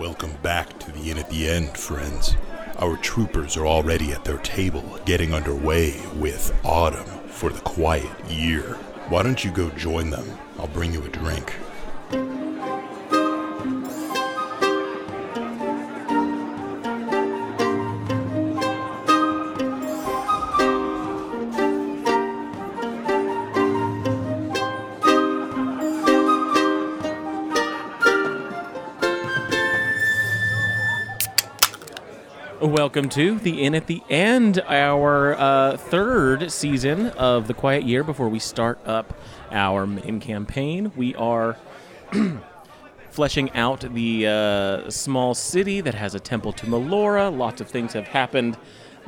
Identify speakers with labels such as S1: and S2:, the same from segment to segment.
S1: Welcome back to the Inn at the End, friends. Our troopers are already at their table, getting underway with Autumn for the quiet year. Why don't you go join them? I'll bring you a drink.
S2: Welcome to the Inn at the End, our uh, third season of The Quiet Year before we start up our main campaign. We are fleshing out the uh, small city that has a temple to Melora. Lots of things have happened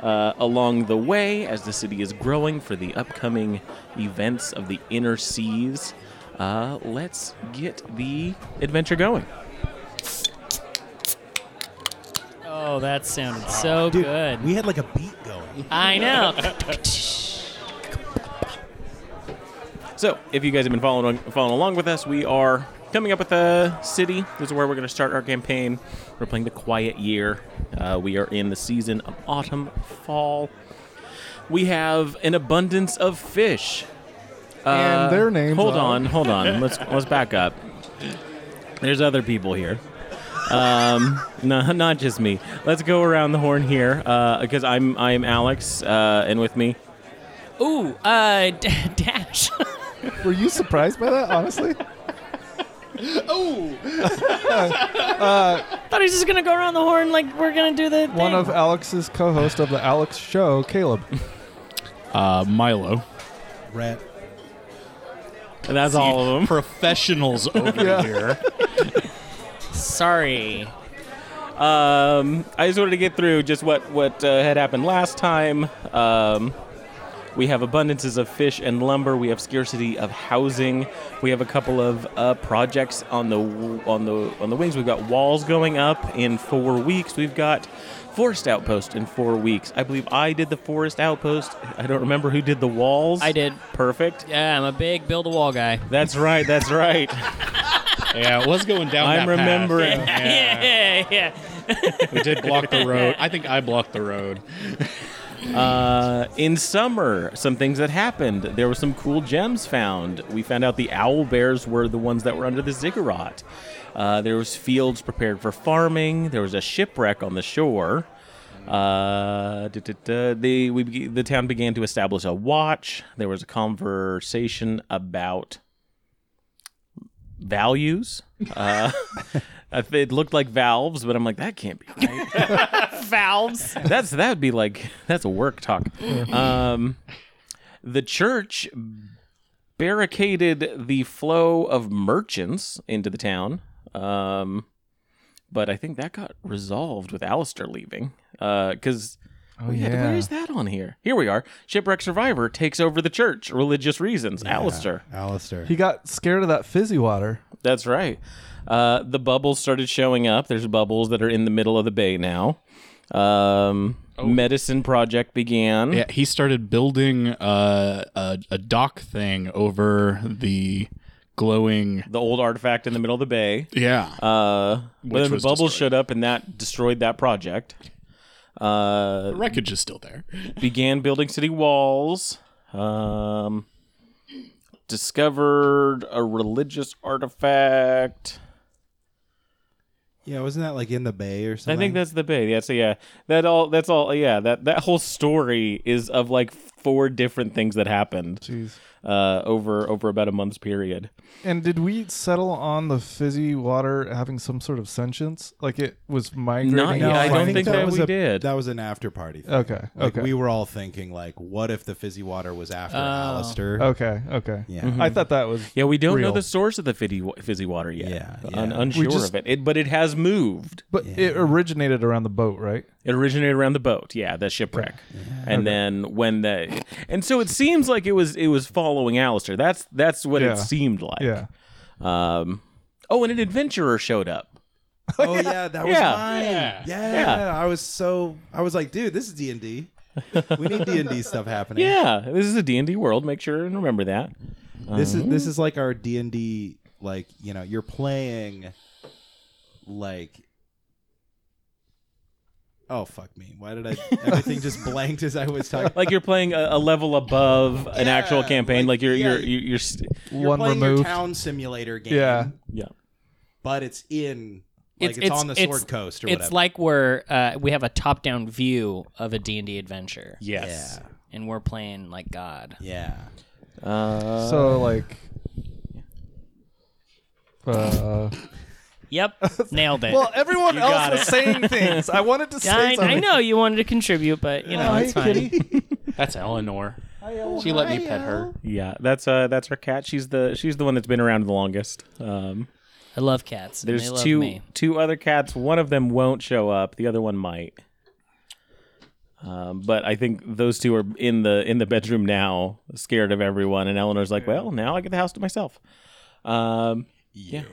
S2: uh, along the way as the city is growing for the upcoming events of the Inner Seas. Uh, let's get the adventure going.
S3: Oh, that sounded so
S4: Dude,
S3: good.
S4: we had like a beat going.
S3: I know.
S2: So, if you guys have been following following along with us, we are coming up with a city. This is where we're going to start our campaign. We're playing the Quiet Year. Uh, we are in the season of autumn, fall. We have an abundance of fish. Uh,
S5: and their names.
S2: Hold
S5: are-
S2: on, hold on. Let's let's back up. There's other people here. Um, no, not just me. Let's go around the horn here because I'm I'm Alex, uh, and with me
S3: Ooh, uh, d- dash.
S5: Were you surprised by that? Honestly,
S3: Thought he was just gonna go around the horn like we're gonna do the
S5: one
S3: thing.
S5: of Alex's co-host of the Alex Show, Caleb.
S6: Uh, Milo.
S4: Rat.
S2: that's all of them.
S6: Professionals over
S5: Yeah.
S6: here.
S3: Sorry.
S2: Um, I just wanted to get through just what what uh, had happened last time. Um, we have abundances of fish and lumber. We have scarcity of housing. We have a couple of uh, projects on the w- on the on the wings. We've got walls going up in four weeks. We've got forest outpost in four weeks. I believe I did the forest outpost. I don't remember who did the walls.
S3: I did.
S2: Perfect.
S3: Yeah, I'm a big build a wall guy.
S2: That's right. That's right.
S6: Yeah, it was going down.
S2: I'm
S6: that path.
S2: remembering.
S6: Yeah.
S3: Yeah, yeah.
S6: we did block the road. I think I blocked the road.
S2: Uh, in summer, some things that happened. There were some cool gems found. We found out the owl bears were the ones that were under the ziggurat. Uh, there was fields prepared for farming. There was a shipwreck on the shore. Uh, duh, duh, duh. They, we, beg- the town began to establish a watch. There was a conversation about values. Uh, it looked like valves, but I'm like, that can't be right
S3: Valves.
S2: that's that would be like that's a work talk. Um, the church barricaded the flow of merchants into the town, um, but I think that got resolved with Alistair leaving because.
S5: Oh
S2: where is that on here? Here we are. Shipwreck survivor takes over the church. Religious reasons. Alistair.
S4: Alistair.
S5: He got scared of that fizzy water.
S2: That's right. Uh, the bubbles started showing up. There's bubbles that are in the middle of the bay now. Um, Medicine project began.
S6: Yeah, he started building uh, a, a dock thing over the glowing.
S2: the old artifact in the middle of the bay.
S6: Yeah.
S2: Uh, but then the
S6: was
S2: bubbles
S6: destroyed.
S2: showed up, and that destroyed that project. Uh,
S6: the wreckage is still there.
S2: began building city walls. Um, discovered a religious artifact.
S4: yeah, wasn't that like in the bay or something?
S2: I think that's the bay. Yeah, so yeah, that all. That's all. Yeah, that that whole story is of like four different things that happened
S5: Jeez.
S2: uh, over over about a month's period.
S5: And did we settle on the fizzy water having some sort of sentience? Like it was migrating?
S2: Not yet.
S5: off
S2: I don't
S5: of-
S2: think that
S4: was
S2: we
S4: a-
S2: did.
S4: That was an after party. Thing.
S5: Okay.
S4: Like,
S5: okay.
S4: We were all thinking, like, what if the fizzy water was after
S3: Oh.
S4: Alistair?
S5: okay. Okay.
S4: Yeah.
S2: Mm-hmm.
S5: I thought that was.
S2: Yeah, we don't know
S5: Real.
S2: the source of the fizzy, wa- fizzy water yet.
S4: Yeah, yeah.
S2: Un-
S4: We
S2: unsure
S5: just-
S2: of it. it, but it has moved.
S5: But it originated around the boat, right?
S2: It originated around the boat, yeah, the shipwreck, and then when the and so it seems like it was it was following Alistair. That's that's what
S5: Yeah.
S2: it seemed like.
S5: Yeah.
S2: Um. Oh, and an adventurer showed up.
S4: Oh yeah, that was
S2: Yeah.
S4: mine. Yeah.
S2: Yeah.
S4: I was so I was like, dude, this is D and D. We need D and D stuff happening.
S2: Yeah, this is a D and D world. Make sure and remember that.
S4: This is
S2: Mm-hmm.
S4: this is like our D and D like you know you're playing like Oh fuck me! Why did I? Everything just blanked as I was talking.
S2: Like you're playing a, a level above an actual
S4: Yeah,
S2: campaign. Like,
S4: like,
S2: you're
S4: yeah.
S2: you're you're, you're st-
S4: You're
S5: one
S4: playing
S5: removed.
S4: your town simulator game.
S5: Yeah.
S2: yeah.
S4: but it's in. Like it's, on the
S3: it's-
S4: Sword Coast or
S3: it's
S4: whatever.
S3: like we're uh, we have a top-down view of a D&D adventure.
S2: Yes.
S3: And we're playing like God.
S4: yeah,
S2: Uh,
S5: so like. Uh,
S3: Yep. Nailed it.
S5: well, everyone else
S2: got
S5: was
S2: it.
S5: saying things. I wanted to say
S3: I,
S5: something.
S3: I know you wanted to contribute, but you know
S5: Hi,
S3: it's fine.
S5: kitty.
S6: That's Eleanor. She let me pet her.
S2: yeah, that's uh that's her cat. She's the she's the one that's been around the longest. Um,
S3: I love cats. and
S2: there's
S3: they love
S2: two
S3: Me.
S2: two other cats. One of them won't show up. The other one might. Um, but I think those two are in the in the bedroom now, scared of everyone. And Eleanor's like, "Well, now I get the house to myself." Um,
S1: Yeah.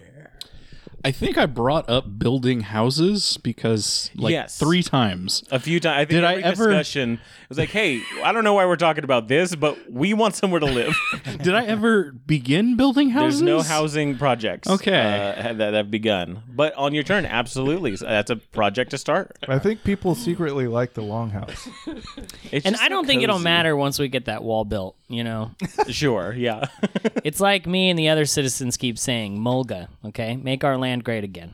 S6: I think I brought up building houses because like
S2: Yes.
S6: three times.
S2: a few times. I think
S6: Did I
S2: every
S6: ever-
S2: discussion it was like, "Hey, I don't know why we're talking about this, but we want somewhere to live."
S6: Did I ever begin building houses?
S2: There's no housing projects.
S6: Okay.
S2: uh, that have begun. But on your turn, absolutely, so that's a project to start.
S5: I think people secretly like the longhouse.
S2: It's
S3: And
S2: just
S3: I
S2: so
S3: don't think it'll
S2: cozy.
S3: matter once we get that wall built. You know,
S2: Sure, yeah.
S3: it's like me and the other citizens keep saying, "Mulga, okay, make our land great again."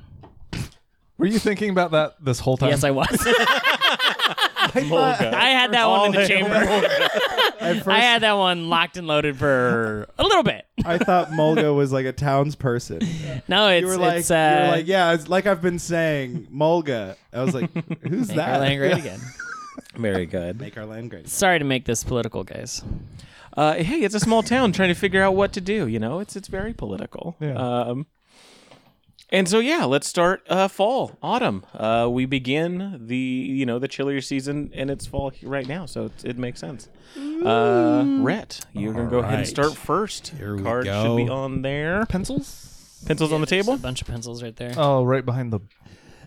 S5: Were you thinking about that this whole time?
S3: Yes, I was.
S2: Mulga.
S3: I had that one in the chamber.
S4: At first,
S3: I had that one locked and loaded for a little bit.
S4: I thought Mulga was like a townsperson.
S3: No, it's
S4: You were like,
S3: it's
S4: you
S3: uh,
S4: were like, yeah, it's like I've been saying, Mulga. I was like, who's
S3: make our
S4: that?
S3: land great again.
S2: Very good.
S4: Make our land great.
S3: Sorry to make this political, guys.
S2: Uh, hey, it's a small town trying to figure out what to do. You know, it's it's very political.
S5: Yeah.
S2: Um, and so yeah, let's start uh, fall, autumn. Uh, we begin the you know the chillier season, and it's fall he- right now, so it, it makes sense. Uh, Rhett, you're gonna go ahead and
S4: right.
S2: start first. Your
S4: we
S2: Card
S4: go.
S2: should be on there.
S5: Pencils?
S2: Pencils on the
S3: There's
S2: table.
S3: a bunch of pencils right there,
S5: Oh, right behind the.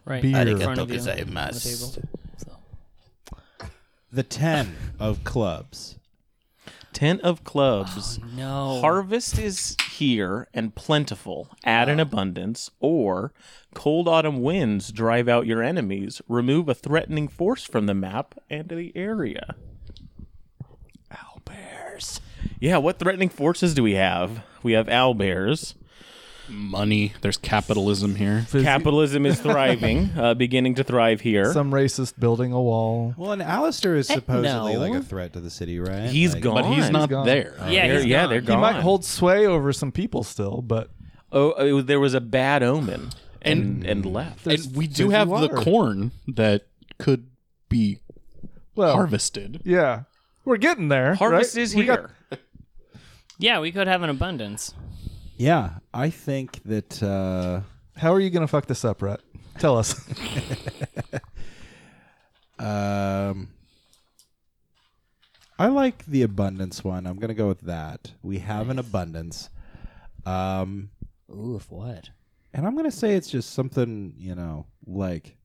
S3: right
S5: beer.
S3: in front of you.
S4: Arigato
S3: on the
S4: gozaimasu.
S3: table. So-
S4: The ten of clubs.
S2: Ten of clubs.
S3: No.
S2: Harvest is here and plentiful, add
S5: Ah.
S2: an abundance, or cold autumn winds drive out your enemies, remove a threatening force from the map and the area. Owlbears. Yeah, what threatening forces do we have? We have owlbears.
S6: Money. There's capitalism here.
S2: Capitalism is thriving, uh, beginning to thrive here.
S5: Some racist building a wall.
S4: Well, and Alistair is supposedly
S3: no.
S4: like a threat to the city, right?
S2: He's
S4: Like-
S2: gone.
S6: But he's not
S5: gone.
S6: there.
S3: Yeah,
S2: They're-
S3: he's
S2: yeah,
S3: gone.
S2: they're
S5: He
S2: gone.
S5: might hold sway over some people still, but
S2: Oh, oh, there was a bad omen and
S6: And-
S2: and left.
S6: and we do
S5: there's
S6: have
S5: water.
S6: the corn that could be
S5: well,
S6: harvested.
S5: yeah, we're getting there.
S2: Harvest
S5: right?
S2: is
S5: We
S2: here.
S5: got-
S3: Yeah, we could have an abundance.
S4: Yeah, I think that. Uh,
S5: how are you gonna fuck this up, Rhett? Tell us.
S4: Um, I like the abundance one. I'm gonna go with that. We have an abundance. Um,
S3: Ooh, if what?
S4: and I'm gonna say it's just something you know, like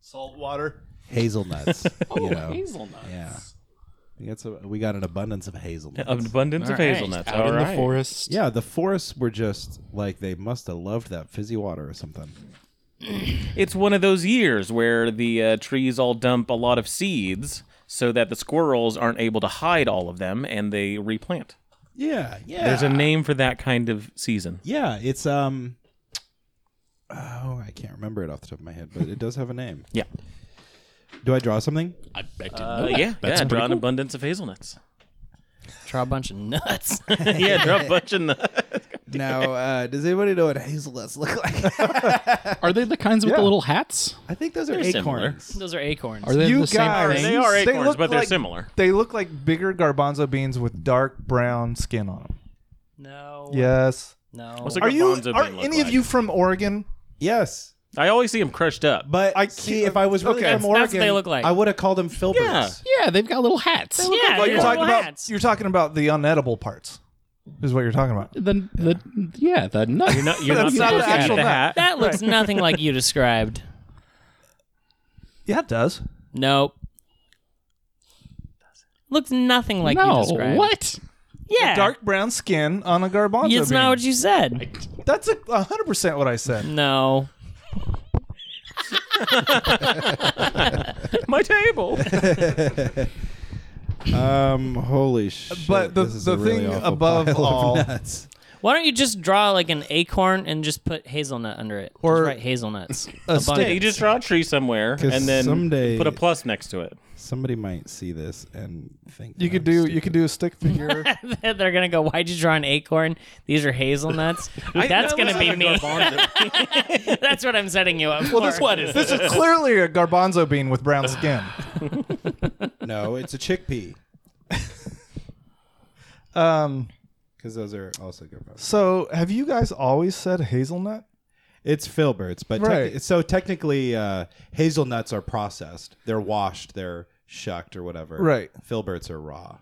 S5: Salt water.
S4: hazelnuts. you know,
S6: Hazelnuts.
S4: yeah. We got, some, we got an abundance of hazelnuts.
S2: Abundance
S3: All
S2: of
S3: right.
S2: hazelnuts.
S6: Out
S2: All
S6: in
S2: right.
S6: the forest.
S4: yeah, the forests were just like they must have loved that fizzy water or something.
S2: It's one of those years where the uh, trees all dump a lot of seeds so that the squirrels aren't able to hide all of them and they replant.
S4: Yeah, yeah.
S2: There's a name for that kind of season.
S4: yeah, it's um. Oh, I can't remember it off the top of my head, but it does have a name.
S2: Yeah.
S4: Do I draw something?
S6: I, I didn't
S2: Uh,
S6: know that.
S2: yeah,
S6: That's
S2: yeah.
S6: pretty
S2: Draw an
S6: cool.
S2: abundance of hazelnuts.
S3: Try a bunch of nuts.
S2: yeah, draw a bunch of nuts.
S4: Now, uh, does anybody know what hazelnuts look like?
S6: Are they the kinds with
S5: Yeah.
S6: the little hats?
S4: I think those are
S2: They're similar.
S4: acorns.
S3: Those are acorns.
S6: Are they
S5: You
S6: the same
S5: guys-
S6: thing?
S2: They are
S5: They
S2: acorns,
S5: look
S2: but they're
S5: like-
S2: similar.
S5: They look like bigger garbanzo beans with dark brown skin on them.
S3: no.
S5: Yes.
S3: No.
S2: What's a
S5: Are you?
S2: garbanzo
S5: Are
S2: bean look
S5: any of
S2: like?
S5: you from Oregon?
S4: Yes,
S2: I always see them crushed up.
S4: but
S5: I
S4: see,
S5: can't-
S4: if I was really
S5: okay.
S4: from
S5: That's-
S4: Oregon,
S3: that's what they look like.
S4: I would have called them filberts.
S2: Yeah.
S6: Yeah, they've got little hats.
S3: yeah,
S5: Well,
S3: they're
S5: you're talking
S3: little
S5: about
S3: hats.
S5: you're talking about the unedible parts, is what you're talking about.
S6: The, the, yeah, the nut.
S2: You're not, you're
S5: That's not
S2: supposed
S5: the
S2: to eat
S5: actual
S2: the
S5: nut.
S2: hat.
S3: that looks nothing like you described.
S5: Yeah, it does.
S3: Nope. Looks nothing like you
S6: no,
S3: described.
S6: what?
S3: Yeah.
S5: Dark brown skin on a garbanzo
S3: It's
S5: bean.
S3: not what you said.
S5: That's a hundred percent what I said.
S3: No.
S2: My table.
S4: Um, holy shit!
S5: But the,
S4: this is
S5: the
S4: a really
S5: thing
S4: awful
S5: above
S4: pile of
S5: all,
S4: nuts.
S3: Why don't you just draw like an acorn and just put hazelnut under it? Or
S5: Or
S3: just write hazelnuts.
S2: yeah, you just draw a tree somewhere
S4: 'Cause
S2: and then
S4: someday-
S2: put a plus next to it.
S4: Somebody might see this and think
S5: you
S4: that
S5: could
S4: I'm
S5: do you
S4: stupid.
S5: could do a stick figure.
S3: They're gonna go. Why'd you draw an acorn? These are hazelnuts. That's gonna be me. That's what I'm setting you up for.
S5: well, this this is clearly a garbanzo bean with brown skin.
S4: No, it's a chickpea
S5: Um,
S4: because those are also good. Products.
S5: so have you guys always said hazelnut?
S4: It's filberts, but tec-
S5: Right.
S4: so technically, uh, hazelnuts are processed. They're washed. They're shucked or whatever.
S5: Right.
S4: Filberts are raw.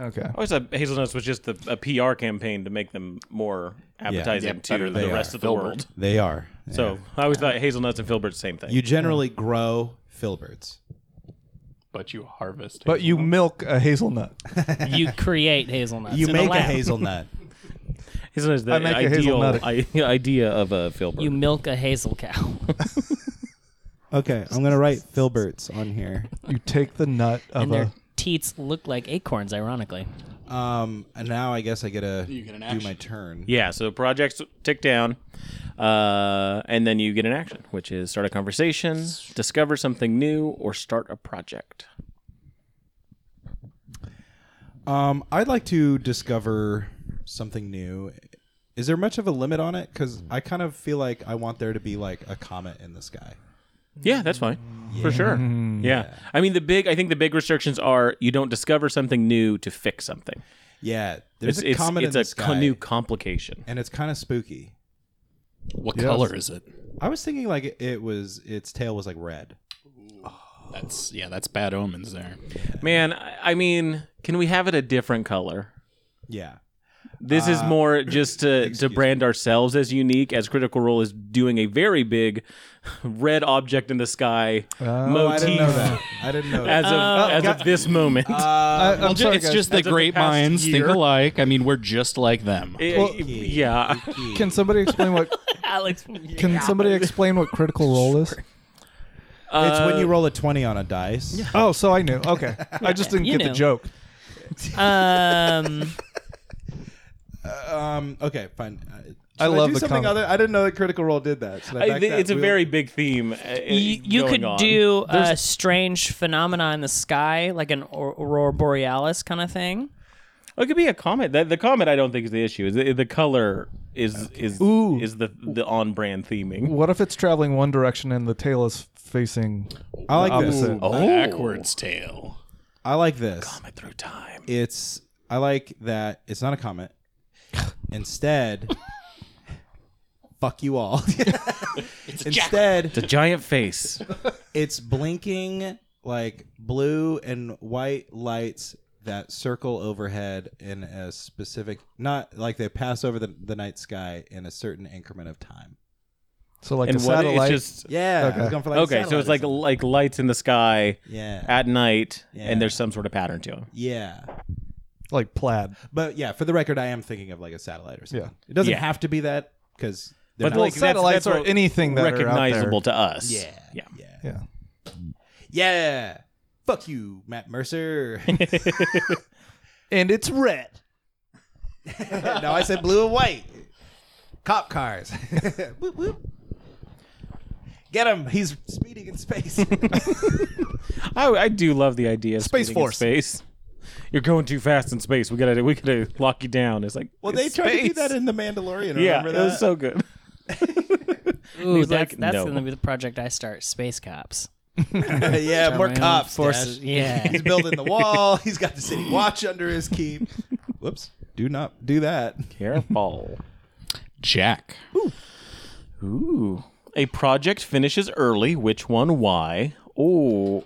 S5: Okay.
S2: I always thought hazelnuts was just a, a PR campaign to make them more appetizing to the
S4: they
S2: rest
S4: are.
S2: of the
S6: Filbert.
S2: world.
S4: They are.
S2: So I always thought hazelnuts and filberts same thing.
S4: you generally grow filberts.
S6: but you harvest.
S5: But you milk a hazelnut.
S3: you create hazelnuts.
S4: You
S3: in
S4: make a
S3: lab.
S4: hazelnut.
S2: hazelnuts is the
S5: I make a
S2: ideal
S5: hazelnut.
S2: I, idea of a filbert.
S3: You milk a hazel cow.
S4: okay, I'm gonna write filberts on here.
S5: You take the nut of
S3: and
S5: a.
S3: their teats look like acorns, ironically.
S4: Um, and now I guess I gotta
S6: get an
S4: do
S6: action.
S4: my turn.
S2: yeah, so projects tick down, uh, and then you get an action, which is start a conversation, discover something new, or start a project.
S4: Um, I'd like to discover something new. Is there much of a limit on it? Because I kind of feel like I want there to be like a comet in the sky.
S2: Yeah, that's fine. For sure. Yeah. I mean the big I think the big restrictions are you don't discover something new to fix something.
S4: Yeah, there's
S2: It's it's
S4: a
S2: it's a,
S4: comet in the sky,
S2: co- new complication.
S4: and it's kind of spooky.
S6: what color is it?
S4: I was thinking like it- it was its tail was like red.
S6: That's yeah, that's bad omens there.
S2: Man, I, I mean, can we have it a different color?
S4: Yeah.
S2: This
S4: Uh,
S2: is more just to, to brand ourselves as unique, as Critical Role is doing a very big red object in the sky
S4: Oh, I didn't
S2: motif
S4: know that. Oh, Uh, I didn't know
S2: as
S4: that.
S2: of as of this moment.
S5: I, am
S6: Well, ju-
S5: sorry,
S6: it's
S5: guys.
S6: just the
S2: As of the
S6: great
S2: past
S6: minds
S2: year.
S6: think alike. I mean, we're just like them.
S2: Eh,
S5: well-
S2: yeah,
S5: Can somebody explain what?
S3: Alex,
S5: Can somebody explain what critical role is?
S4: it's when you roll a twenty on a dice.
S5: Oh, so I knew. Okay, I just didn't
S3: You
S5: get the
S3: knew.
S5: joke.
S3: Um,
S4: Um. Okay. Fine. Uh, should
S5: I love
S4: do
S5: the
S4: something
S5: comet.
S4: other. I didn't know that Critical Role did that. Should I
S2: I-
S4: back that
S2: it's a
S4: wheel?
S2: very big theme. uh,
S3: you, you
S2: going
S3: could
S2: on.
S3: do a strange phenomena in the sky, like an au- aurora borealis kind of thing.
S2: Oh, It could be a comet. The, the comet, I don't think is the issue. Is the, the color is is
S5: Ooh.
S2: is the the on brand theming.
S5: What if it's traveling one direction and the tail is facing?
S4: I like
S5: the
S4: this.
S5: opposite?
S2: Oh.
S6: Backwards tail.
S4: I like this.
S2: Comet through time.
S4: It's. I like that. It's not a comet. Instead, fuck you all. Instead,
S2: The giant face.
S4: it's blinking like blue and white lights that circle overhead in a specific not like they pass over the, the night sky in a certain increment of time
S5: So like
S2: and
S5: a
S2: what
S5: satellite.
S2: it's just
S4: yeah I was
S5: Okay.
S4: going for, like, a
S2: okay. So
S4: satellite
S2: it's
S4: or
S2: like
S4: something.
S2: like lights in the sky
S4: yeah
S2: at night,
S4: Yeah.
S2: and there's some sort of pattern to them.
S4: yeah
S5: like plaid.
S4: but yeah for the record i am thinking of like a satellite or something
S5: Yeah.
S4: it doesn't
S2: Yeah.
S4: have to be that because
S2: But
S5: Well,
S2: like that's-
S5: satellites
S2: that's
S5: are
S2: what-
S5: anything that
S2: recognizable
S5: Are
S2: to us.
S4: yeah
S2: Yeah.
S4: yeah
S5: out there. Yeah.
S4: yeah fuck you matt mercer
S5: And it's red.
S4: no i said blue and white cop cars Whoop, whoop. get him he's speeding in space
S2: I, I do love the idea. Of
S5: Space
S2: speeding in
S5: Force.
S2: Space. You're going too fast in space. We gotta we gotta lock you down. It's like
S4: well they
S2: it's
S4: tried to do
S2: space.
S4: that in the mandalorian
S2: yeah.
S4: remember
S2: It
S4: that
S2: was so good.
S3: Ooh,
S2: He's
S3: that's
S2: like,
S3: that's
S2: no.
S3: gonna be the project I start. Space cops.
S4: yeah more
S3: My own
S4: cops
S3: forces.
S4: Dash.
S3: Yeah.
S4: he's building the wall he's got the city watch under his keep whoops do not do that
S2: Careful.
S6: Jack.
S2: Ooh. A project finishes early. Which one? Why? Oh.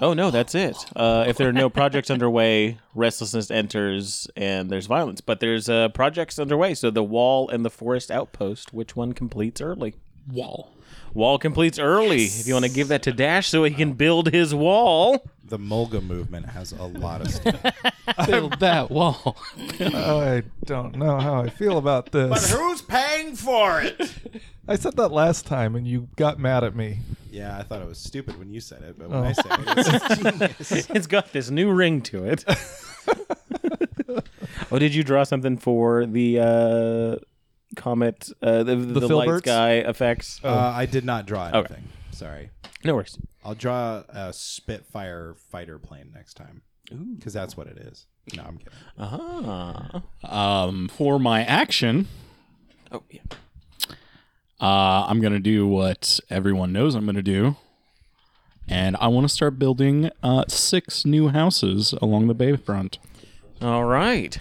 S2: Oh no, that's it. Uh, if there are no projects underway, restlessness enters and there's violence. But there's uh, projects underway, so the wall and the forest outpost. Which one completes early?
S6: Wall.
S2: Wall completes early. If you want to give that to Dash so he can build his wall.
S4: The Molga movement has a lot of stuff.
S6: Build that wall.
S5: Oh, I don't know how I feel about this.
S4: Who's paying for it?
S5: I said that last time and you got mad at me.
S4: Yeah, I thought it was stupid when you said it, but
S2: Oh.
S4: when I said it, it's genius.
S2: It's got this new ring to it. oh, did you draw something for the uh, comet, uh, the, the, light
S5: filberts?
S2: sky effects?
S4: Uh, I did not draw
S2: Okay.
S4: anything. Sorry.
S2: No worries.
S4: I'll draw a Spitfire fighter plane next time. Because that's what it is. No, I'm kidding.
S2: Ah.
S6: Um, for my action,
S2: Oh, yeah.
S6: uh, I'm going to do what everyone knows I'm going to do. And I want to start building uh, six new houses along the bayfront.
S2: All right.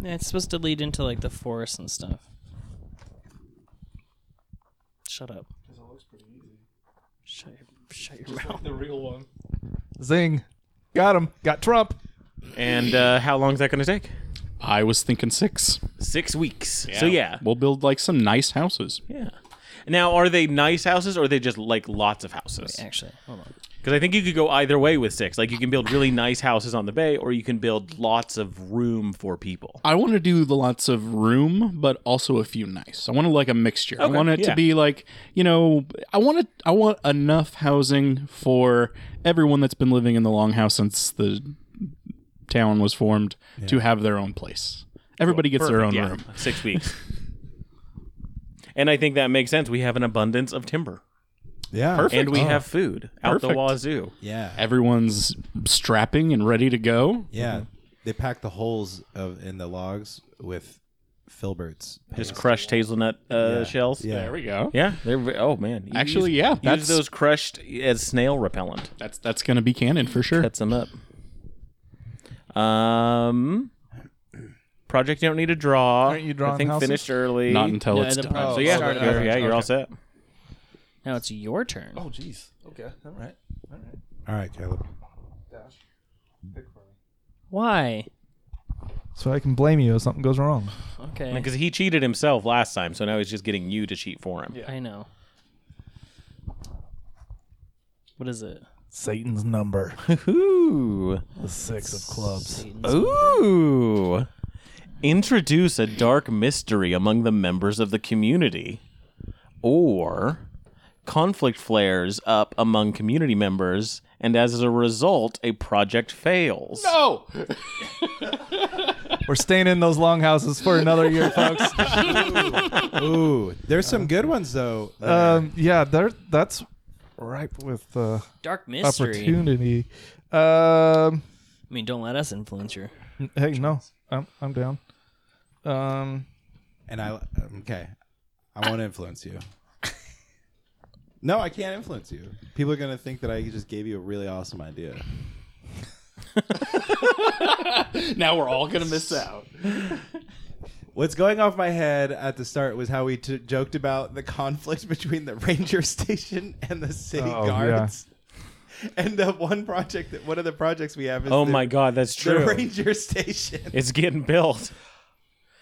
S3: Yeah, it's supposed to lead into like the forest and stuff. Shut up. Shut your, shut your mouth.
S5: Zing. Got him. Got Trump.
S2: And uh, how long is that going to take?
S6: I was thinking six.
S2: Six weeks. So, yeah.
S6: We'll build like some nice houses.
S2: Yeah. Now, are they nice houses or are they just like lots of houses?
S3: Actually, hold on.
S2: Because I think you could go either way with six. Like, you can build really nice houses on the bay or you can build lots of room for people.
S6: I want to do the lots of room, but also a few nice. I want to like a mixture. I
S2: Okay,
S6: want it
S2: yeah.
S6: to be like you know, I want it. I want enough housing for everyone that's been living in the longhouse since the town was formed to have their own place. Everybody gets their own
S2: Perfect, yeah.
S6: room.
S2: Six weeks. and I think that makes sense. We have an abundance of timber.
S4: Yeah.
S6: Perfect.
S2: And we have food out the
S6: Oh, Perfect.
S2: wazoo.
S4: Yeah.
S6: Everyone's strapping and ready to go.
S4: Yeah. They pack the holes of in the logs with filberts.
S2: Just crushed hazelnut uh, shells.
S4: Yeah.
S6: we go.
S2: Yeah, they're ve- oh man. You
S6: Actually,
S2: use-
S6: yeah,
S2: use
S6: that's-
S2: those crushed as snail repellent.
S6: That's that's gonna be canon for sure.
S2: Cuts them up. Um, project you don't need to draw.
S5: Aren't you
S2: I
S5: drawing
S2: think
S5: houses?
S2: finished early.
S6: Not until
S3: No,
S6: it's
S3: the
S6: done.
S3: problem-
S2: so yeah,
S5: Started
S2: you're,
S5: early.
S2: yeah, you're all set.
S3: Now it's your turn. Oh,
S5: jeez. Okay. All right. All right.
S4: All right, Caleb.
S5: Dash.
S3: Why?
S5: So I can blame you if something goes wrong.
S3: Okay.
S2: Because he cheated himself last time, so now he's just getting you to cheat for him.
S3: I know. What is it?
S5: Satan's number.
S2: Ooh.
S5: the six of clubs.
S2: Ooh. Introduce a dark mystery among the members of the community. Or conflict flares up among community members, and as a result, a project fails.
S6: Oh,
S5: We're staying in those longhouses for another year, folks.
S4: Ooh, there's some good ones though.
S5: um, yeah, there. That's ripe with uh,
S3: Dark mystery.
S5: opportunity. Um,
S3: I mean, don't let us influence your.
S5: hey, no, I'm I'm down. Um,
S4: and I okay, I want to influence you. No, I can't influence you. People are gonna think that I just gave you a really awesome idea.
S6: now we're all gonna miss out.
S4: What's going off my head at the start was how we t- joked about the conflict between the ranger station and the city
S5: Oh,
S4: guards. And the one project that one of the projects we have is
S2: Oh
S4: the,
S2: my god, that's
S4: the
S2: true.
S4: ranger station.
S2: It's getting built.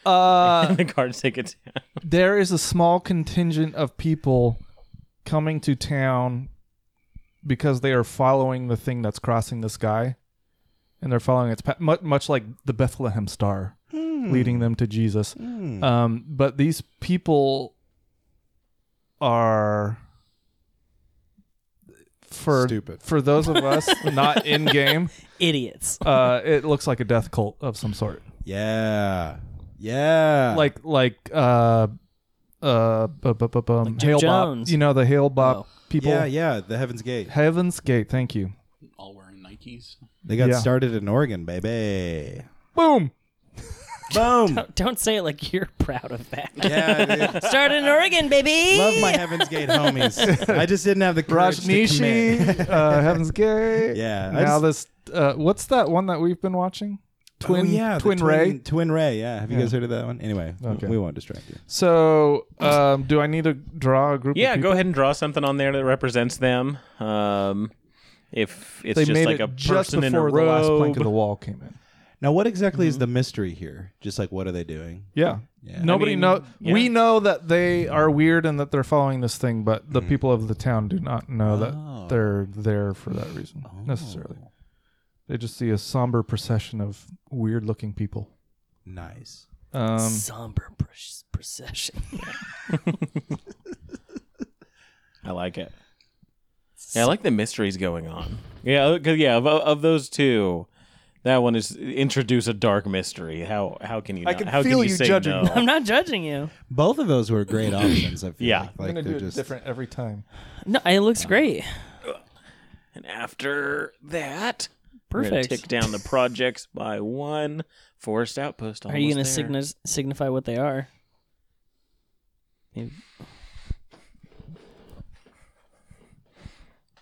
S5: uh,
S2: the cards take it down.
S5: there is a small contingent of people coming to town because they are following the thing that's crossing the sky and they're following its path much, much like the bethlehem star leading them to jesus um, but these people are for
S4: Stupid.
S5: for those of us not in game
S3: Idiots.
S5: uh, it looks like a death cult of some sort
S4: Yeah. Yeah.
S5: like like uh uh bu- bu- bu- bum,
S3: Like Jim
S5: hail
S3: Jones.
S5: bop you know the hail bop
S3: Oh.
S5: people
S4: Yeah, yeah, the Heaven's Gate.
S5: heaven's gate thank you
S6: All wearing Nikes.
S4: They got
S5: Yeah.
S4: started in Oregon, baby.
S5: boom
S4: Boom.
S3: Don't, don't say it like you're proud of that.
S4: yeah, dude.
S3: Start in Oregon, baby.
S4: love my Heaven's Gate homies. I just didn't have the courage to
S5: rajnishi
S4: commit.
S5: uh heaven's gate
S4: Yeah, I
S5: now this uh what's that one that we've been watching twin
S4: Oh, yeah, the
S5: twin ray
S4: Twin Ray. Yeah. Have you guys heard of that one? Anyway, okay. we won't distract you.
S5: so um do i need to draw a group
S2: Yeah,
S5: of
S2: go
S5: people?
S2: ahead and draw something on there that represents them. Um, if it's
S5: they
S2: just
S5: made
S2: like
S5: it
S2: a
S5: just
S2: person in a
S5: before the last plank
S2: robe,
S5: of the wall came in
S4: Now, what exactly
S5: Mm-hmm.
S4: is the mystery here? Just like what are they doing?
S5: Yeah.
S4: Yeah.
S5: Nobody
S2: I mean,
S5: know.
S2: yeah.
S5: We know that they are weird and that they're following this thing, but the people of the town do not know
S4: Hmm. Oh.
S5: that they're there for that reason necessarily. They just see a somber procession of weird-looking people.
S4: Nice.
S5: Um,
S3: Somber pr- procession.
S2: I like it. Yeah, I like the mysteries going on. Yeah, uh, 'cause- yeah. Of, of those two, that one is introduce a dark mystery. How how can you?
S5: I
S2: not-
S5: can
S2: how
S5: feel
S2: can you,
S5: you
S2: say
S5: judging.
S2: no?
S3: I'm not judging you.
S4: Both of those were great options. I feel
S2: Yeah.
S4: like,
S5: I'm
S4: like
S5: gonna do
S4: they're
S5: it
S4: just
S5: different every time.
S3: No, it looks great.
S2: And after that, we're gonna
S3: Perfect.
S2: tick down the projects by one. Forest outpost.
S3: Are you
S2: going
S3: going to signify what they are? You-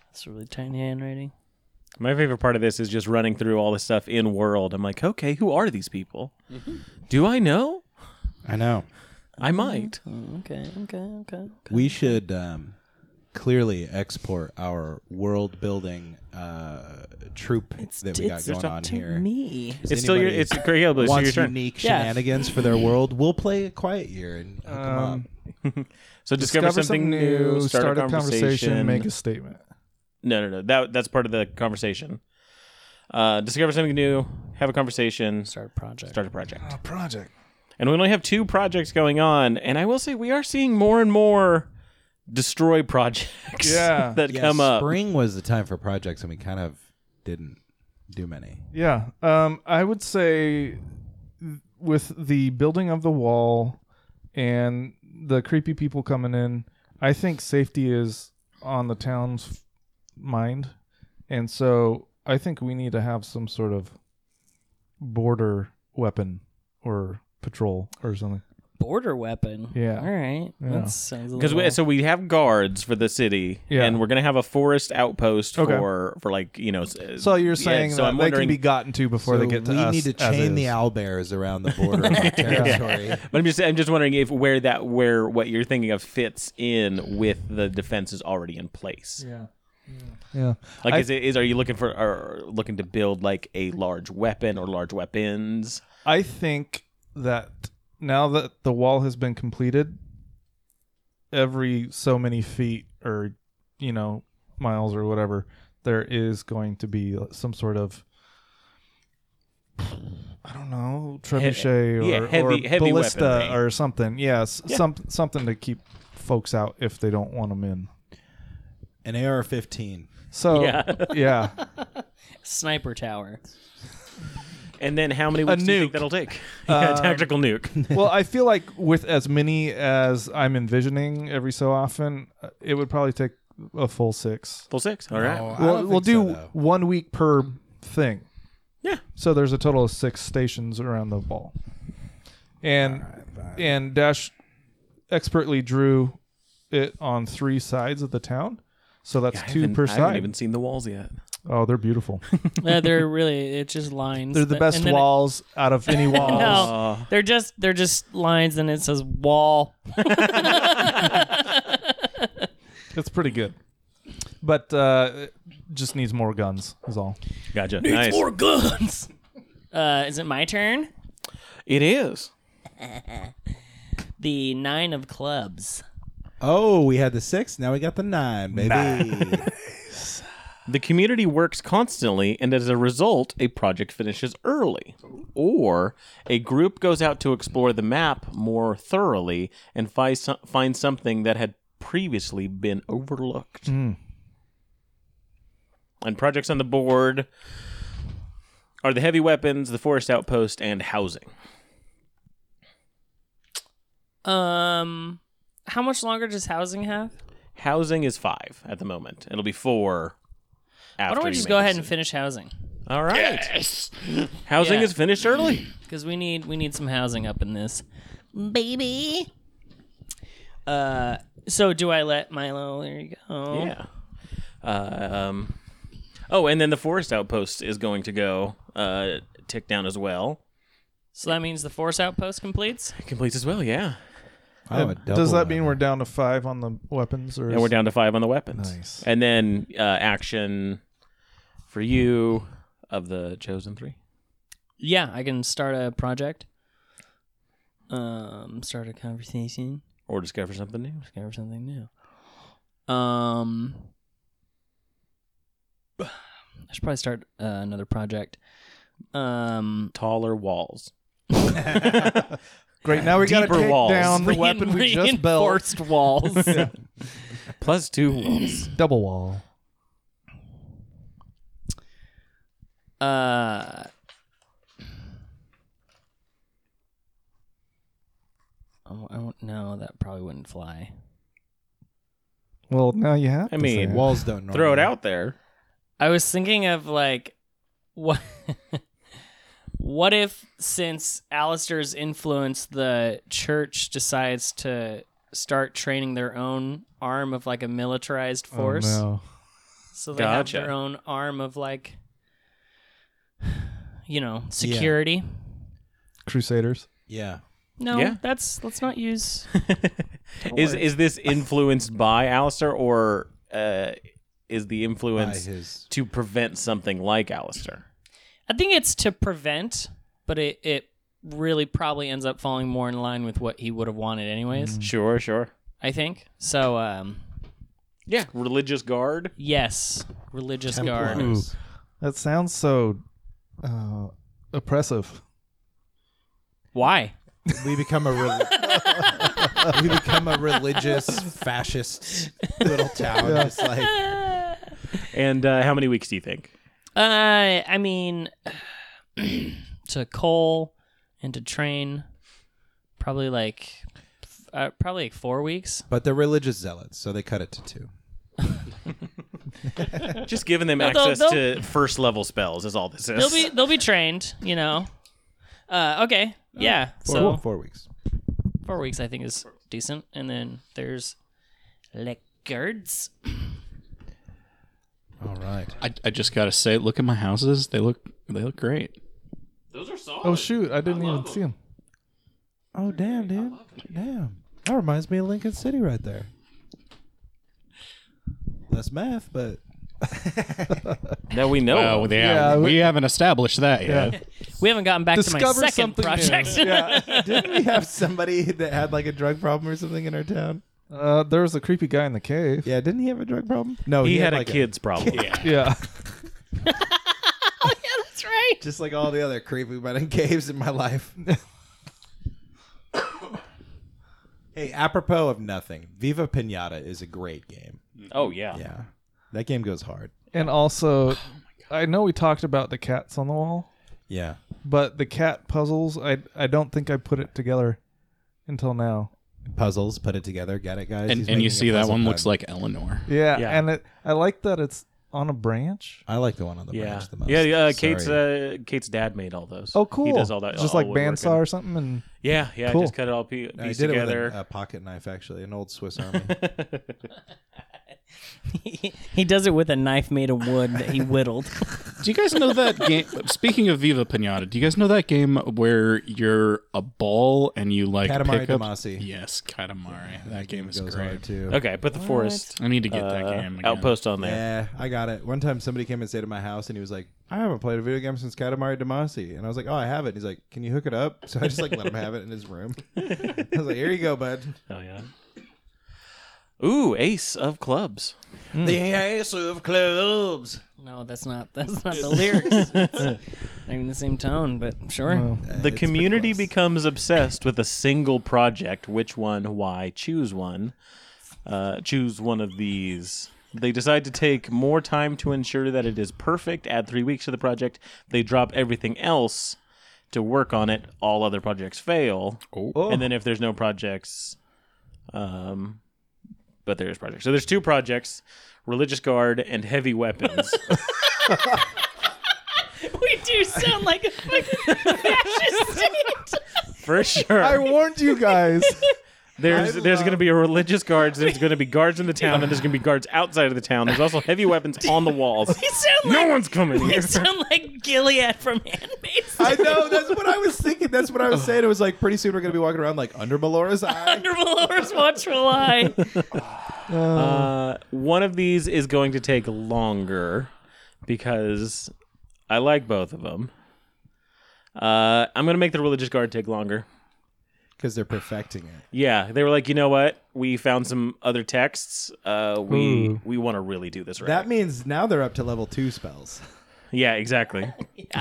S3: That's a really tiny handwriting.
S2: My favorite part of this is just running through all the stuff in world. I'm like, okay, who are these people? Do I know?
S4: I know.
S2: I might.
S3: Mm, Okay, okay, okay. okay.
S4: We should um, clearly export our world building uh, troop that we got
S3: it's
S4: going
S2: up
S4: on
S2: to
S4: here.
S3: Me.
S4: Does
S2: It's still your.
S4: anybody
S2: It's Craig Elbow. So,
S4: wants
S2: your turn.
S4: unique
S3: Yeah.
S4: shenanigans for their world. We'll play a quiet year and hook 'em up.
S5: Um,
S2: so discover, something new. Start, a conversation.
S5: make a statement.
S2: No, no, no. That that's part of the conversation. Uh, discover something new. Have a conversation.
S3: Start a project.
S2: Start a project.
S5: project.
S2: And we only have two projects going on. And I will say we are seeing more and more destroy projects.
S5: Yeah.
S2: that
S4: Yeah,
S2: come up.
S4: Spring was the time for projects, and we kind of didn't do many.
S5: Yeah. Um, I would say with the building of the wall and the creepy people coming in, I think safety is on the town's mind. And so I think we need to have some sort of border weapon or patrol or something.
S3: border weapon.
S5: Yeah.
S3: All right.
S5: Yeah.
S3: That sounds a
S2: Because
S3: little.
S2: we, so we have guards for the city,
S5: Yeah.
S2: and we're gonna have a forest outpost
S5: Okay.
S2: for for like you know. s- uh,
S5: So you're
S2: yeah,
S5: saying
S2: so
S5: that
S2: I'm
S5: they
S2: wondering,
S5: can be gotten to before they
S4: So
S5: get to
S4: we
S5: us
S4: need to
S5: as
S4: chain the
S5: is.
S4: owlbears around the border of our territory.
S2: But I'm just I'm just wondering if where that where what you're thinking of fits in with the defenses already in place.
S5: Yeah. Yeah.
S2: Like
S5: I-
S2: is it is are you looking for are looking to build like a large weapon or large weapons?
S5: I think that now that the wall has been completed, every so many feet or you know miles or whatever, there is going to be some sort of I don't know trebuchet or,
S2: yeah, heavy-
S5: or
S2: heavy
S5: ballista
S2: weaponry.
S5: or something. Yes,
S2: Yeah.
S5: some something to keep folks out if they don't want them in.
S4: An AR-15.
S5: So
S2: Yeah.
S5: yeah.
S3: Sniper tower.
S2: And then how many weeks do you think
S5: nuke.
S2: that'll take? Uh, yeah, tactical nuke.
S5: well, I feel like with as many as I'm envisioning every so often, uh, it would probably take a full six.
S2: Full six. All right.
S4: I
S5: We'll,
S4: don't
S5: we'll
S4: think so,
S5: do
S4: though.
S5: one week per thing.
S2: Yeah.
S5: So there's a total of six stations around the ball, and and Dash expertly drew it on three sides of the town. So that's
S2: I
S5: two
S2: haven't-
S5: per
S2: I haven't
S5: side.
S2: even seen the walls yet.
S5: Oh, they're beautiful.
S3: Yeah, they're really. It's just lines.
S5: They're the
S3: that-
S5: best
S3: and then it-
S5: walls out of any walls.
S3: No, they're just they're just lines, and it says wall.
S5: It's pretty good, but uh, it just needs more guns. Is all.
S2: Gotcha. nice.
S3: guns. Uh, is it my turn?
S2: It is.
S3: The nine of clubs.
S4: Oh, we had the six. Now we got the nine, baby.
S2: The community works constantly, and as a result, a project finishes early. Or a group goes out to explore the map more thoroughly and fi- so- find something that had previously been overlooked. And projects on the board are the heavy weapons, the forest outpost, and housing.
S3: Um, how much longer does housing have?
S2: Housing is five at the moment. It'll be four.
S3: Why
S2: After
S3: don't we
S2: you
S3: just
S2: make
S3: go
S2: a
S3: ahead and
S2: decision.
S3: finish housing?
S2: All right. Housing
S3: Yeah.
S2: is finished early.
S3: Because we need we need some housing up in this, baby. Uh, so do I let Milo? There you go.
S2: Yeah. Uh, um, oh, and then the forest outpost is going to go uh, tick down as well.
S3: So that means the force outpost completes.
S2: Completes as well, yeah.
S4: Oh, a double
S5: Does that
S4: one.
S5: mean we're down to five on the weapons, or
S2: And
S5: is-
S2: we're down to five on the weapons.
S5: Nice.
S2: And then uh, action for you of the chosen three.
S3: Yeah, I can start a project. Um, start a conversation,
S2: or discover something new.
S3: discover something new. Um, I should probably start uh, another project. Um,
S2: Taller walls.
S5: Great. Now we got to
S2: Deeper
S5: take
S2: walls.
S5: down the
S3: rein-
S5: weapon we just built.
S3: reinforced walls.
S2: Plus two walls.
S5: Double wall.
S3: Uh, I w- I don't know. That probably wouldn't fly.
S5: Well, now you have.
S2: I
S5: to
S2: mean,
S5: say it.
S4: Walls don't normally.
S2: Throw it out there.
S3: I was thinking of like what what if since Alistair's influence the church decides to start training their own arm of like a militarized
S5: Oh,
S3: force.
S5: no.
S3: So they
S2: Gotcha.
S3: have their own arm of like you know, security.
S5: Crusaders.
S4: Yeah.
S3: No,
S2: Yeah.
S3: that's let's not use
S2: is is this influenced by Alistair or uh, is the
S4: By
S2: influence
S4: his.
S2: to prevent something like Alistair?
S3: I think it's to prevent, but it, it really probably ends up falling more in line with what he would have wanted anyways,
S5: Mm.
S2: Sure, sure.
S3: I think. So um
S2: Yeah, religious guard.
S3: Yes, religious guard.
S4: Templars.
S5: That sounds so uh, oppressive.
S3: Why?
S4: We become a rel- we become a religious fascist little town. Just like
S2: And uh, how many weeks do you think?
S3: Uh, I mean, to coal and to train, probably like, uh, probably like four weeks.
S4: But they're religious zealots, so they cut it to two.
S2: Just giving them
S3: they'll-
S2: access to first level spells is all this is.
S3: They'll be they'll be trained, you know. Uh, okay, yeah.
S4: Four,
S3: so
S4: four weeks.
S3: four weeks, I think, is decent. And then there's Legards.
S4: All right.
S6: I, I just gotta say, look at my houses. They look they look great.
S2: Those are solid.
S5: Oh shoot! I didn't even see him.
S4: Oh damn, dude. Damn. That reminds me of Lincoln City right there. Less math, but
S2: Now we know.
S6: Oh,
S2: of.
S5: Yeah,
S6: yeah, we,
S5: we-
S6: haven't established that
S5: Yeah.
S6: yet.
S3: We haven't gotten back to
S5: Discover
S3: my second
S5: something new.
S3: project.
S5: Yeah.
S4: didn't we have somebody that had like a drug problem or something in our town?
S5: Uh, there was a creepy guy in the cave.
S4: Yeah, didn't he have a drug problem? No,
S2: he, had, a
S4: like
S2: kid's problem.
S5: Yeah.
S3: That's right.
S4: just like all the other creepy but in caves in my life. hey, apropos of nothing, Viva Pinata is a great game.
S2: Oh yeah.
S4: Yeah, that game goes hard.
S5: And also, I know we talked about the cats on the wall,
S4: Yeah,
S5: but the cat puzzles, I I don't think I put it together until now.
S4: puzzles, put it together, get it, guys.
S6: And
S4: He's
S6: and you
S4: making a
S6: see that
S4: puzzle
S6: one
S4: pun.
S6: looks like Eleanor.
S5: Yeah,
S2: Yeah.
S5: and it, I like that it's on a branch.
S4: I like the one on the
S2: Yeah,
S4: branch the most.
S2: yeah. Uh,
S4: Sorry.
S2: Kate's uh, Kate's dad made all those.
S5: Oh, cool!
S2: He does all that,
S5: just
S2: all
S5: like
S2: woodwork and-
S5: bandsaw or something. And
S2: Yeah, yeah.
S5: Cool.
S2: Just cut it all pe-
S4: No, I
S2: piece
S4: did it
S2: together.
S4: with a, a pocket knife, actually, an old Swiss Army.
S3: he does it with a knife made of wood that he whittled.
S6: Do you guys know that game? Speaking of Viva Pinata, do you guys know that game where you're a ball and you like
S4: Katamari
S6: pick up?
S4: Damacy.
S6: Yes, Katamari. that game is
S4: goes
S6: great.
S4: hard too.
S2: okay, put the forest
S6: I need to get that
S2: uh,
S6: game. Again.
S2: outpost on there.
S4: Yeah, I got it. One time somebody came and stayed at my house and he was like, I haven't played a video game since Katamari Damacy. And I was like, Oh, I have it. And he's like, Can you hook it up? So I just like let him have it in his room. I was like, Here you go, bud.
S2: Oh yeah. Ooh, ace of clubs.
S4: The ace of clubs.
S3: No, that's not that's not the lyrics. It's not even the same tone, but sure.
S2: The community becomes obsessed with a single project. Which one? Why? Choose one. Uh, choose one of these. They decide to take more time to ensure that it is perfect. Add three weeks to the project. They drop everything else to work on it. All other projects fail. And then if there's no projects, um, but there is projects. So there's two projects: religious guard and heavy weapons.
S3: We do sound like a fucking fascist state.
S2: For sure.
S5: I warned you guys.
S2: There's there's going to be a religious guards. There's going to be guards in the town, and there's going to be guards outside of the town. There's also heavy weapons on the walls.
S3: We sound
S2: No
S3: like
S2: one's coming
S3: we
S2: here.
S3: sound like Gilead from Handmaid's
S4: I know. That's what I was thinking. That's what I was saying. It was like, pretty soon we're going to be walking around like under Melora's eye.
S3: Under Valor's watchful eye.
S2: Uh, one of these is going to take longer because I like both of them. Uh, I'm gonna make the religious guard take longer.
S4: because they're perfecting it.
S2: Yeah, they were like, you know what? We found some other texts. Uh, we
S5: Ooh.
S2: we want to really do this right.
S4: That means now they're up to level two spells.
S2: yeah, exactly.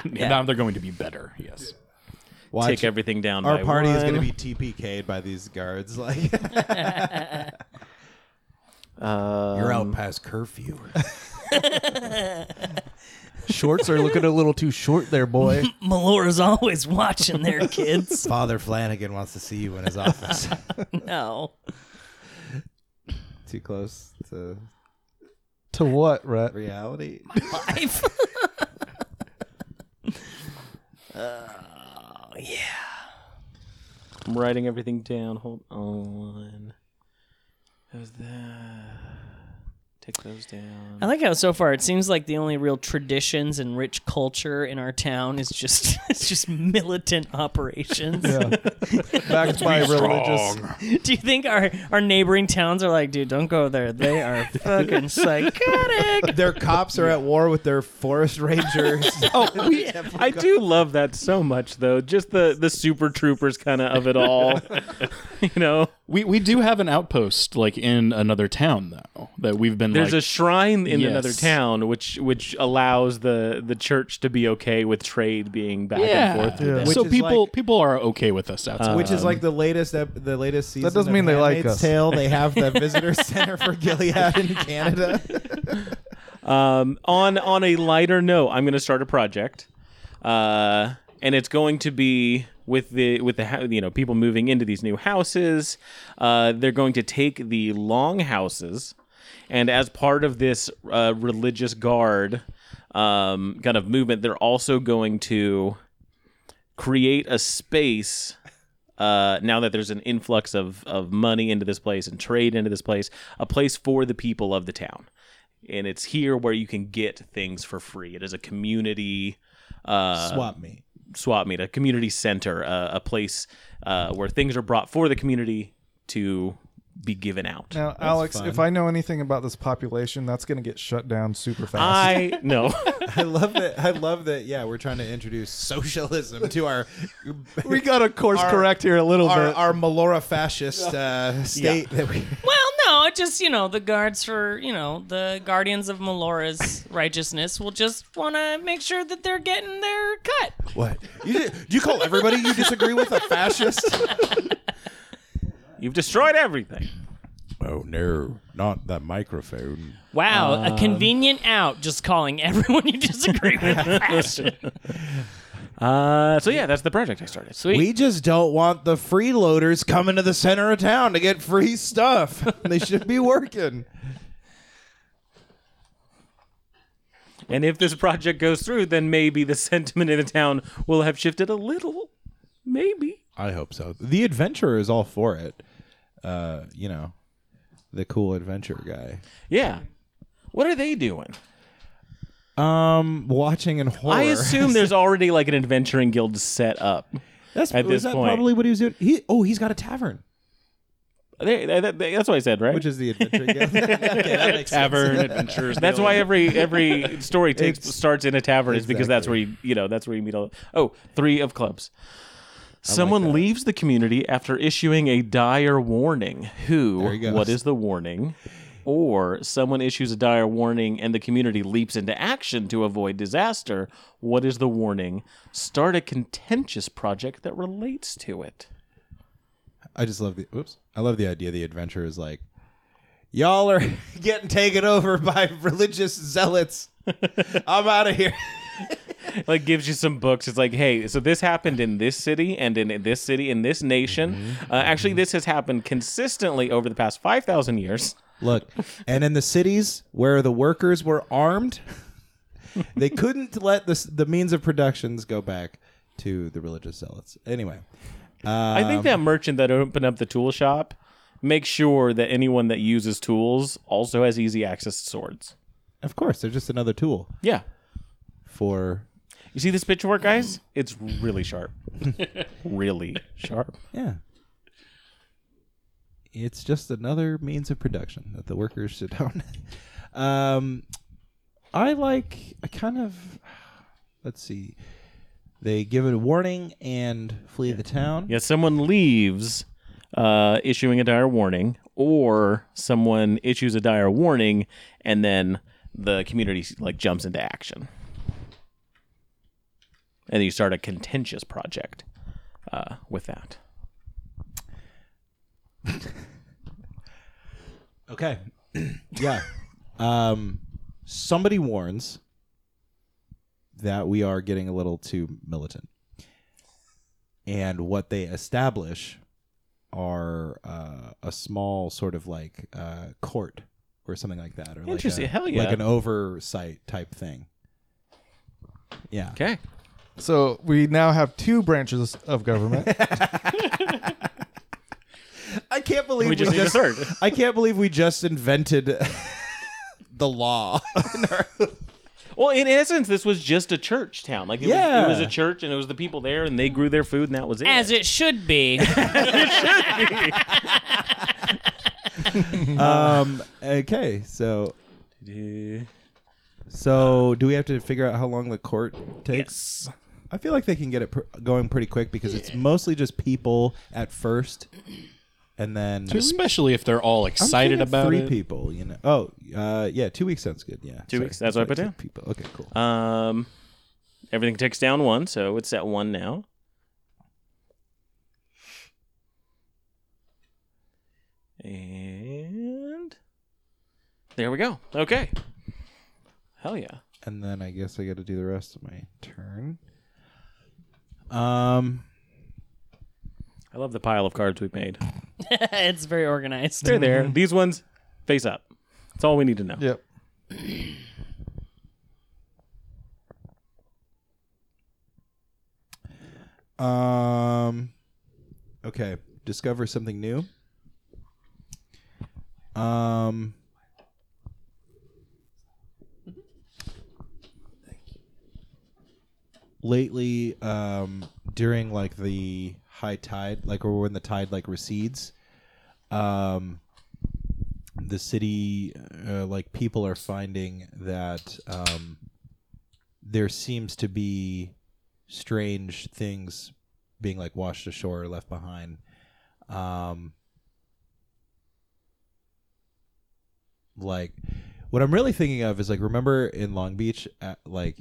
S6: Now they're going to be better. Yes.
S4: Watch,
S2: Take everything down.
S4: our
S2: by
S4: party is going to
S2: one.
S4: be TPK'd by these guards. Like you're out past curfew.
S5: Shorts are looking a little too short there, boy.
S3: Melora's always watching their kids.
S4: Father Flanagan wants to see you in his office.
S3: no.
S4: Too close to
S5: to what, Rhett?
S4: reality.
S3: Life. oh, yeah.
S2: I'm writing everything down. Hold on. How's that? Take those down.
S3: I like how so far it seems like the only real traditions and rich culture in our town is just it's just militant operations.
S5: Yeah. Backed by religious.
S3: Do you think our our neighboring towns are like, dude, don't go there. They are fucking psychotic.
S4: Their cops are at war with their forest rangers.
S2: Oh, we, I do love that so much, though. Just the the super troopers kind of of it all, you know.
S6: We we do have an outpost like in another town though that we've been
S2: There's a
S6: like,
S2: shrine in
S6: Yes.
S2: another town, which which allows the the church to be okay with trade being back
S6: yeah.
S2: and forth. with
S5: Yeah.
S2: them.
S5: Which
S6: so
S4: is
S6: people
S4: like-
S6: people are okay with us outside.
S2: Uh,
S4: Which is like the latest, ep- the latest season.
S5: Um, doesn't
S4: of
S5: mean they like
S4: Handmaid's
S5: us.
S4: Tale. They have the visitor center for Gilead in Canada.
S2: Um, on on a lighter note, I'm going to start a project, uh, and it's going to be with the with the hou- you know people moving into these new houses. Uh, they're going to take the long houses, and as part of this uh, religious guard um, kind of movement, they're also going to create a space uh, now that there's an influx of, of money into this place and trade into this place, a place for the people of the town. And it's here where you can get things for free. It is a community uh,
S4: Swap
S5: Um,
S4: me.
S2: swap meet, a community center, uh, a place uh, where things are brought for the community to be given out.
S5: Now, Alex, if I know anything about this population, that's going to get shut down super fast.
S2: I know.
S4: I love that. I love that. Yeah, we're trying to introduce socialism to our
S5: we got to course
S4: Our-
S5: correct here a little
S4: our,
S5: bit.
S4: our Melora fascist uh, state that we.
S3: well, no, it just you know the guards for you know the guardians of Melora's righteousness will just want to make sure that they're getting their cut.
S4: What? You, di- do you call everybody you disagree with a fascist?
S2: You've destroyed everything.
S1: Oh, no, not that microphone.
S3: Wow, a convenient out just calling everyone you disagree with fashion.
S2: Uh, so, yeah, that's the project I started.
S3: Sweet.
S4: We just don't want the freeloaders coming to the center of town to get free stuff. they should be working.
S2: And if this project goes through, then maybe the sentiment in the town will have shifted a little. Maybe.
S4: I hope so. The adventurer is all for it. Uh, you know, the cool adventure guy.
S2: Yeah. What are they doing?
S4: Um, watching and horror.
S2: I assume there's already like an adventuring guild set up.
S4: that's
S2: at
S4: was
S2: this
S4: that
S2: point-
S4: probably what he was doing. He oh, he's got a tavern,
S2: They, they- they- that's what I said, right?
S4: which is the adventure guy.
S6: tavern adventures.
S2: that's why every every story takes
S4: It's-
S2: starts in a tavern is because that's where you you know that's where you meet all. Oh, three of clubs. Someone leaves the community after issuing a dire warning. Who?
S4: you go.
S2: What is the warning? Or someone issues a dire warning and the community leaps into action to avoid disaster. What is the warning? Start a contentious project that relates to it.
S4: I just love the oops. I love the idea. The adventure is like, y'all are getting taken over by religious zealots. I'm out of here.
S2: like gives you some books. It's like, hey, so this happened in this city and in this city in this nation. Uh, actually, this has happened consistently over the past five thousand years.
S4: Look, and in the cities where the workers were armed, they couldn't let the the means of productions go back to the religious zealots. Anyway,
S2: I think that merchant that opened up the tool shop makes sure that anyone that uses tools also has easy access to swords.
S4: of course, they're just another tool
S2: Yeah,
S4: for
S2: you see this picture work, guys? It's really sharp, really sharp.
S4: yeah. It's just another means of production that the workers should own. um, I like. I kind of. Let's see. They give it a warning and flee the town.
S2: Yeah, someone leaves uh, issuing a dire warning, or someone issues a dire warning, and then the community like jumps into action, and you start a contentious project uh, with that.
S4: Okay. yeah. Um, somebody warns that we are getting a little too militant. And what they establish are uh, a small sort of like uh, court or something like that. Or
S2: Interesting.
S4: Like a,
S2: Hell yeah.
S4: Like an oversight type thing. Yeah.
S2: Okay.
S5: So we now have two branches of government.
S4: I can't believe
S2: We just need a third.
S4: I can't believe we just invented the law.
S2: Um, Well, in essence, this was just a church town. Like, it, was,
S4: Yeah.
S2: it was a church, and it was the people there, and they grew their food, and that was it.
S3: As it should be.
S4: um, okay, so so do we have to figure out how long the court takes?
S2: yes.
S4: I feel like they can get it pr- going pretty quick because it's mostly just people at first, and then
S6: Especially if they're all
S4: I'm
S6: excited
S4: thinking
S6: about
S4: three
S6: it.
S4: people. You know, oh uh, yeah, two weeks sounds good. Yeah,
S2: Two weeks, that's what I put
S4: two
S2: down.
S4: People. Okay, cool.
S2: Um, everything ticks down one, so it's at one now. And there we go. Okay. Hell yeah.
S4: and then I guess I got to do the rest of my turn. Um.
S2: I love the pile of cards we've made.
S3: it's very organized.
S2: They're there.
S4: Mm-hmm.
S2: These ones face up. That's all we need to know.
S5: yep.
S4: Um. Okay. Discover something new. Um. Lately, um, during like the high tide, like or when the tide like recedes, um, the city, uh, like people are finding that um, there seems to be strange things being like washed ashore or left behind. Um, like what I'm really thinking of is like remember in Long Beach at like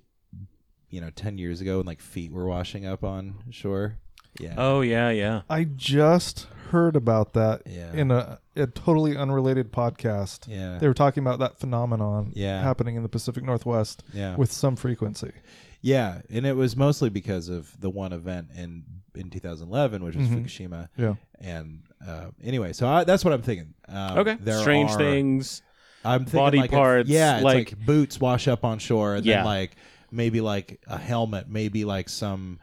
S4: you know 10 years ago when like feet were washing up on shore. Yeah.
S2: Oh yeah, yeah.
S5: I just heard about that
S4: Yeah.
S5: in a, a totally unrelated podcast.
S4: yeah.
S5: They were talking about that phenomenon
S4: Yeah.
S5: happening in the Pacific Northwest
S4: yeah.
S5: with some frequency.
S4: yeah, and it was mostly because of the one event in in 2011 which was
S2: Mm-hmm.
S5: Mhm.
S4: Fukushima
S5: Yeah.
S4: and uh, anyway, so I, that's what I'm thinking. Um,
S2: okay.
S4: there
S2: Strange
S4: are-
S2: things.
S4: I'm thinking
S2: body
S4: like a-
S2: parts,
S4: yeah, it's
S2: like-
S4: like, boots wash up on shore, and
S2: Yeah.
S4: then like maybe like a helmet, maybe like some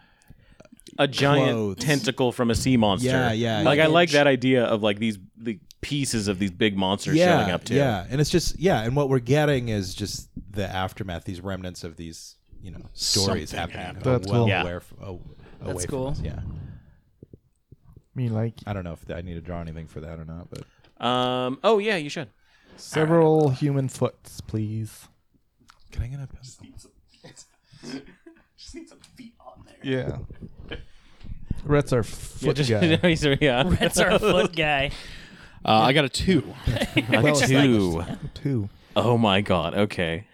S2: A giant
S4: Clothes.
S2: tentacle from a sea monster.
S4: Yeah, yeah,
S2: Like
S4: yeah.
S2: I like that idea of like these the pieces of these big monsters
S4: yeah,
S2: showing up too.
S4: yeah, and it's just yeah, and what we're getting is just the aftermath, these remnants of these you know stories
S6: Something
S4: happening.
S6: happened.
S4: Oh,
S5: That's
S4: well
S5: cool.
S2: Yeah.
S4: aware f- oh, away
S3: That's
S4: from
S3: cool.
S4: us, Yeah,
S5: Me like
S4: I don't know if I need to draw anything for that or not, but
S2: Um. Oh yeah, you should.
S5: several human foots, please.
S4: can I get a pencil?
S5: Yeah. Rhett's our foot
S2: just,
S5: guy.
S2: yeah.
S3: That's our foot guy.
S6: Uh, I got a two.
S2: two.
S5: Two.
S2: Oh my god. Okay.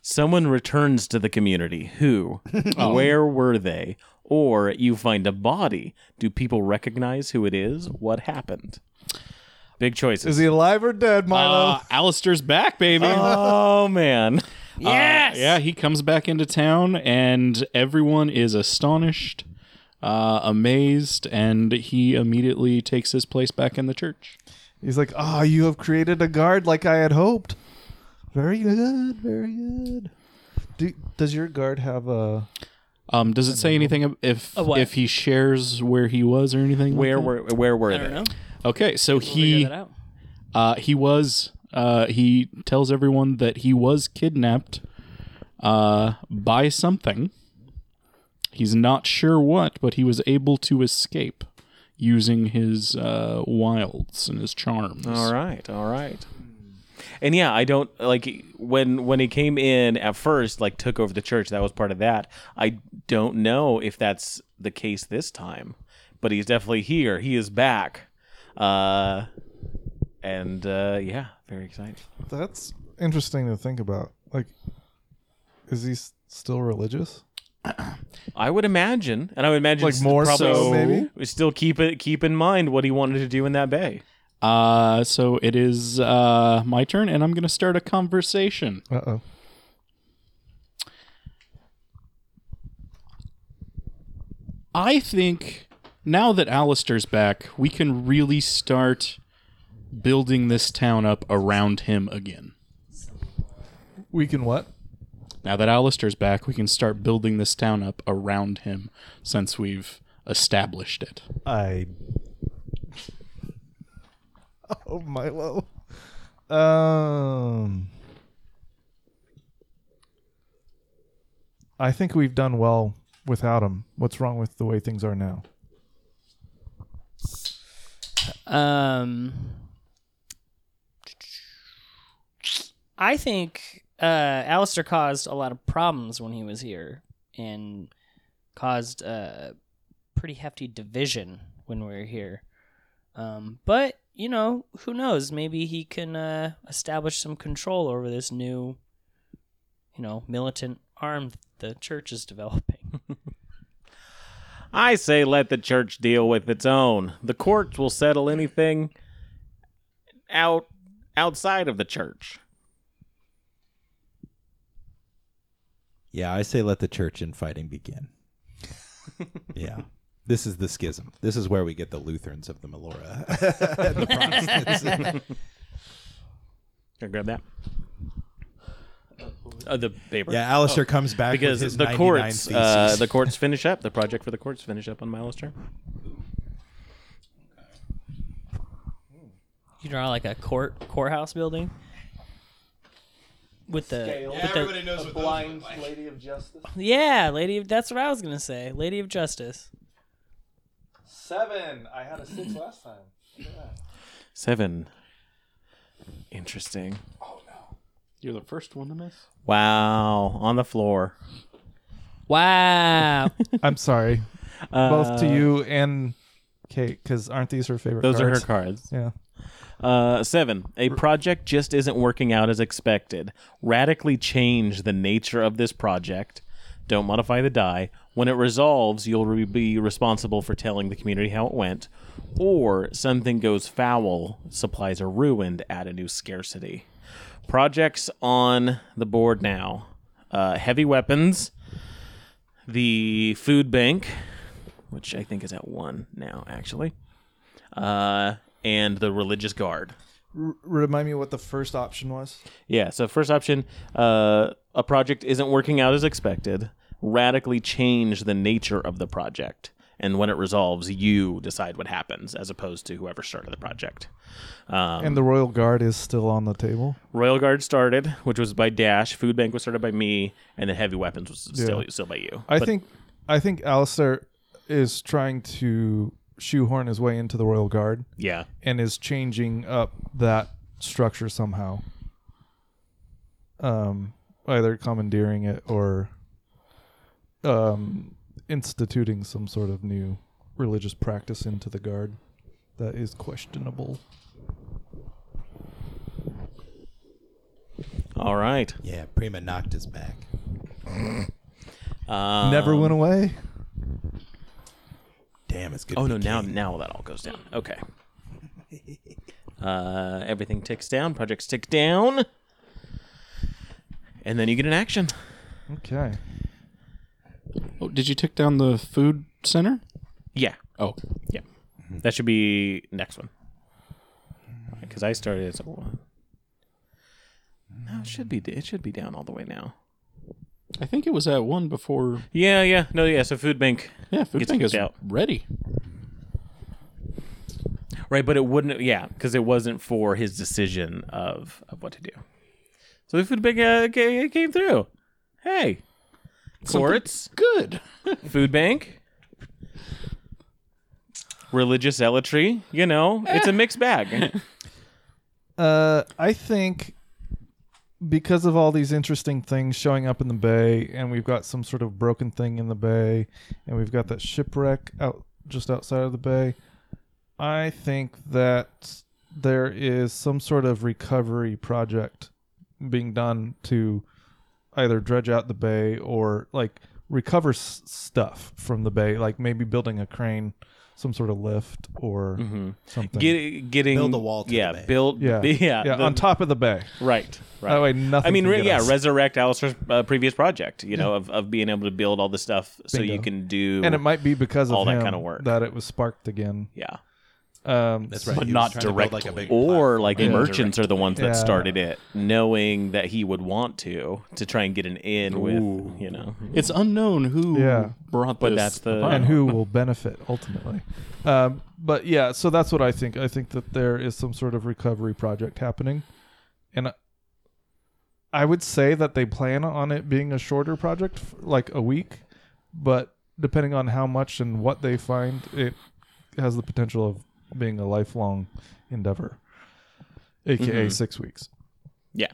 S2: Someone returns to the community. Who? Where were they? Or you find a body. Do people recognize who it is? What happened? Big
S5: Is
S2: choices.
S5: he alive or dead, Milo?
S6: Uh,
S3: Oh.
S6: Alistair's back, baby. Uh,
S2: oh man.
S3: Yes.
S6: Yeah, he comes back into town, and everyone is astonished, uh, amazed, and he immediately takes his place back in the church.
S5: He's like, ah, you have created a guard like I had hoped. Very good, very good. Do, does your guard have a?
S6: Um, does it say anything ab- if
S3: A what?
S6: if he shares where he was or anything? like
S2: Where
S6: that?
S2: were where were
S3: I
S2: they?
S3: don't know.
S6: Okay, so
S3: Figure
S6: he
S3: that out.
S6: uh, he was uh, he tells everyone that he was kidnapped uh, by something. He's not sure what, but he was able to escape using his uh, wilds and his charms.
S2: All right, all right. And yeah, I don't like when when he came in at first, like took over the church. That was part of that. I don't know if that's the case this time, but he's definitely here. He is back, uh, and uh, yeah, very exciting.
S5: That's interesting to think about. Like, is he s- still religious?
S2: I would imagine, and I would imagine
S5: Like
S2: s-
S5: more
S2: probably s-
S5: so, maybe?
S2: we still keep it keep in mind what he wanted to do in that bay.
S6: Uh, so it is uh, my turn, and I'm going to start a conversation.
S5: Uh oh.
S6: I think now that Alistair's back, we can really start building this town up around him again.
S5: We can what?
S6: Now that Alistair's back, we can start building this town up around him since we've established it.
S5: I. Oh, Milo. Um. I think we've done well without him. What's wrong with the way things are now?
S3: Um, I think uh, Alistair caused a lot of problems when he was here and caused a pretty hefty division when we were here. Um, but, you know, who knows? Maybe he can uh, establish some control over this new, you know, militant arm the church is developing.
S2: I say let the church deal with its own. The courts will settle anything out outside of the church.
S4: Yeah, I say let the church and fighting begin. yeah. This is the schism. This is where we get the Lutherans of the Melora. the Protestants.
S2: Can I grab that? Uh, the paper.
S4: yeah, Alistair comes back
S2: because
S4: with his
S2: the
S4: 99
S2: courts,
S4: theses.
S2: uh, the courts finish up. The project for the courts finish up on Milo's turn.
S3: you draw like a court courthouse building with the with the
S4: knows what
S3: Yeah, Lady of that's what I was gonna say. Lady of Justice.
S7: Seven. I had a six last time.
S2: Seven. Interesting.
S6: Oh, You're the first one to miss.
S2: Wow. On the floor.
S3: Wow.
S5: I'm sorry,
S2: Uh,
S5: both to you and Kate, because aren't these her favorite?
S2: Those are her cards.
S5: cards? Yeah.
S2: Uh, seven. A project just isn't working out as expected. Radically change the nature of this project. Don't modify the die. When it resolves, you'll re- be responsible for telling the community how it went. Or something goes foul, supplies are ruined, add a new scarcity. Projects on the board now uh, heavy weapons, the food bank, which I think is at one now, actually, uh, and the religious guard.
S5: R- remind me what the first option was.
S2: Yeah. So first option, uh, a project isn't working out as expected. Radically change the nature of the project, and when it resolves, you decide what happens, as opposed to whoever started the project. Um,
S5: And the royal guard is still on the table.
S2: Royal Guard started, which was by Dash. Food Bank was started by me, and then Heavy Weapons was still
S5: Yeah.
S2: still by you.
S5: I
S2: But-
S5: think I think Alistair is trying to shoehorn his way into the royal guard
S2: Yeah.
S5: and is changing up that structure somehow. Um, either commandeering it or um, instituting some sort of new religious practice into the guard that is questionable.
S2: All right.
S4: Yeah, Prima knocked his back.
S2: Um,
S5: Never went away.
S4: Damn, it's good.
S2: Oh
S4: to
S2: no!
S4: be
S2: Now,
S4: king.
S2: now that all goes down. Okay. Uh, everything ticks down. Projects tick down, and then you get an action.
S5: Okay.
S6: Oh, did you take down the food center?
S2: Yeah,
S6: Oh,
S2: yeah. That should be next one. Because I started as a one. No, it should be. It should be down all the way now.
S6: I think it was at one before.
S2: Yeah, yeah. No, yeah. So food bank.
S6: Yeah, food
S2: Gets
S6: bank is
S2: kicked out.
S6: ready.
S2: Right, but it wouldn't. Yeah, because it wasn't for his decision of of what to do. So the food bank uh, ca- came through. Hey, courts.
S6: Good.
S2: food bank, religious Eh. zealotry. You know, it's a mixed bag.
S5: Uh, I think because of all these interesting things showing up in the bay, and we've got some sort of broken thing in the bay, and we've got that shipwreck out just outside of the bay, I think that there is some sort of recovery project being done to either dredge out the bay or like recover s- stuff from the bay, like maybe building a crane, some sort of lift or
S2: Mm-hmm.
S5: something.
S2: Get, getting
S4: Build a wall to the
S2: yeah,
S4: bay.
S2: build
S5: yeah,
S2: yeah, the-
S5: on top of the bay.
S2: right, right.
S5: That way, nothing.
S2: I mean,
S5: can
S2: re-
S5: get
S2: yeah,
S5: us.
S2: resurrect Alistair's uh, previous project, you know, of, of being able to build all the stuff so
S5: Bingo.
S2: you can do.
S5: and it might be because of
S2: all that
S5: him
S2: kinda work.
S5: that it was sparked again.
S2: yeah.
S5: Um,
S4: That's right.
S6: But
S4: he was
S6: not
S4: trying to build,
S6: directly.
S4: Like a big
S2: Or
S4: platform.
S2: like
S6: Yeah.
S2: merchants are the ones
S5: Yeah.
S2: that started it, knowing that he would want to to try and get an in with, you know.
S6: It's unknown who
S5: Yeah.
S6: brought
S2: But
S6: this
S2: that's the-
S6: about.
S5: and who will benefit ultimately? Um, but yeah, so that's what I think. I think that there is some sort of recovery project happening, and I, I would say that they plan on it being a shorter project, f- like a week, but depending on how much and what they find, it has the potential of being a lifelong endeavor, aka
S2: Mm-hmm.
S5: six weeks.
S2: Yeah.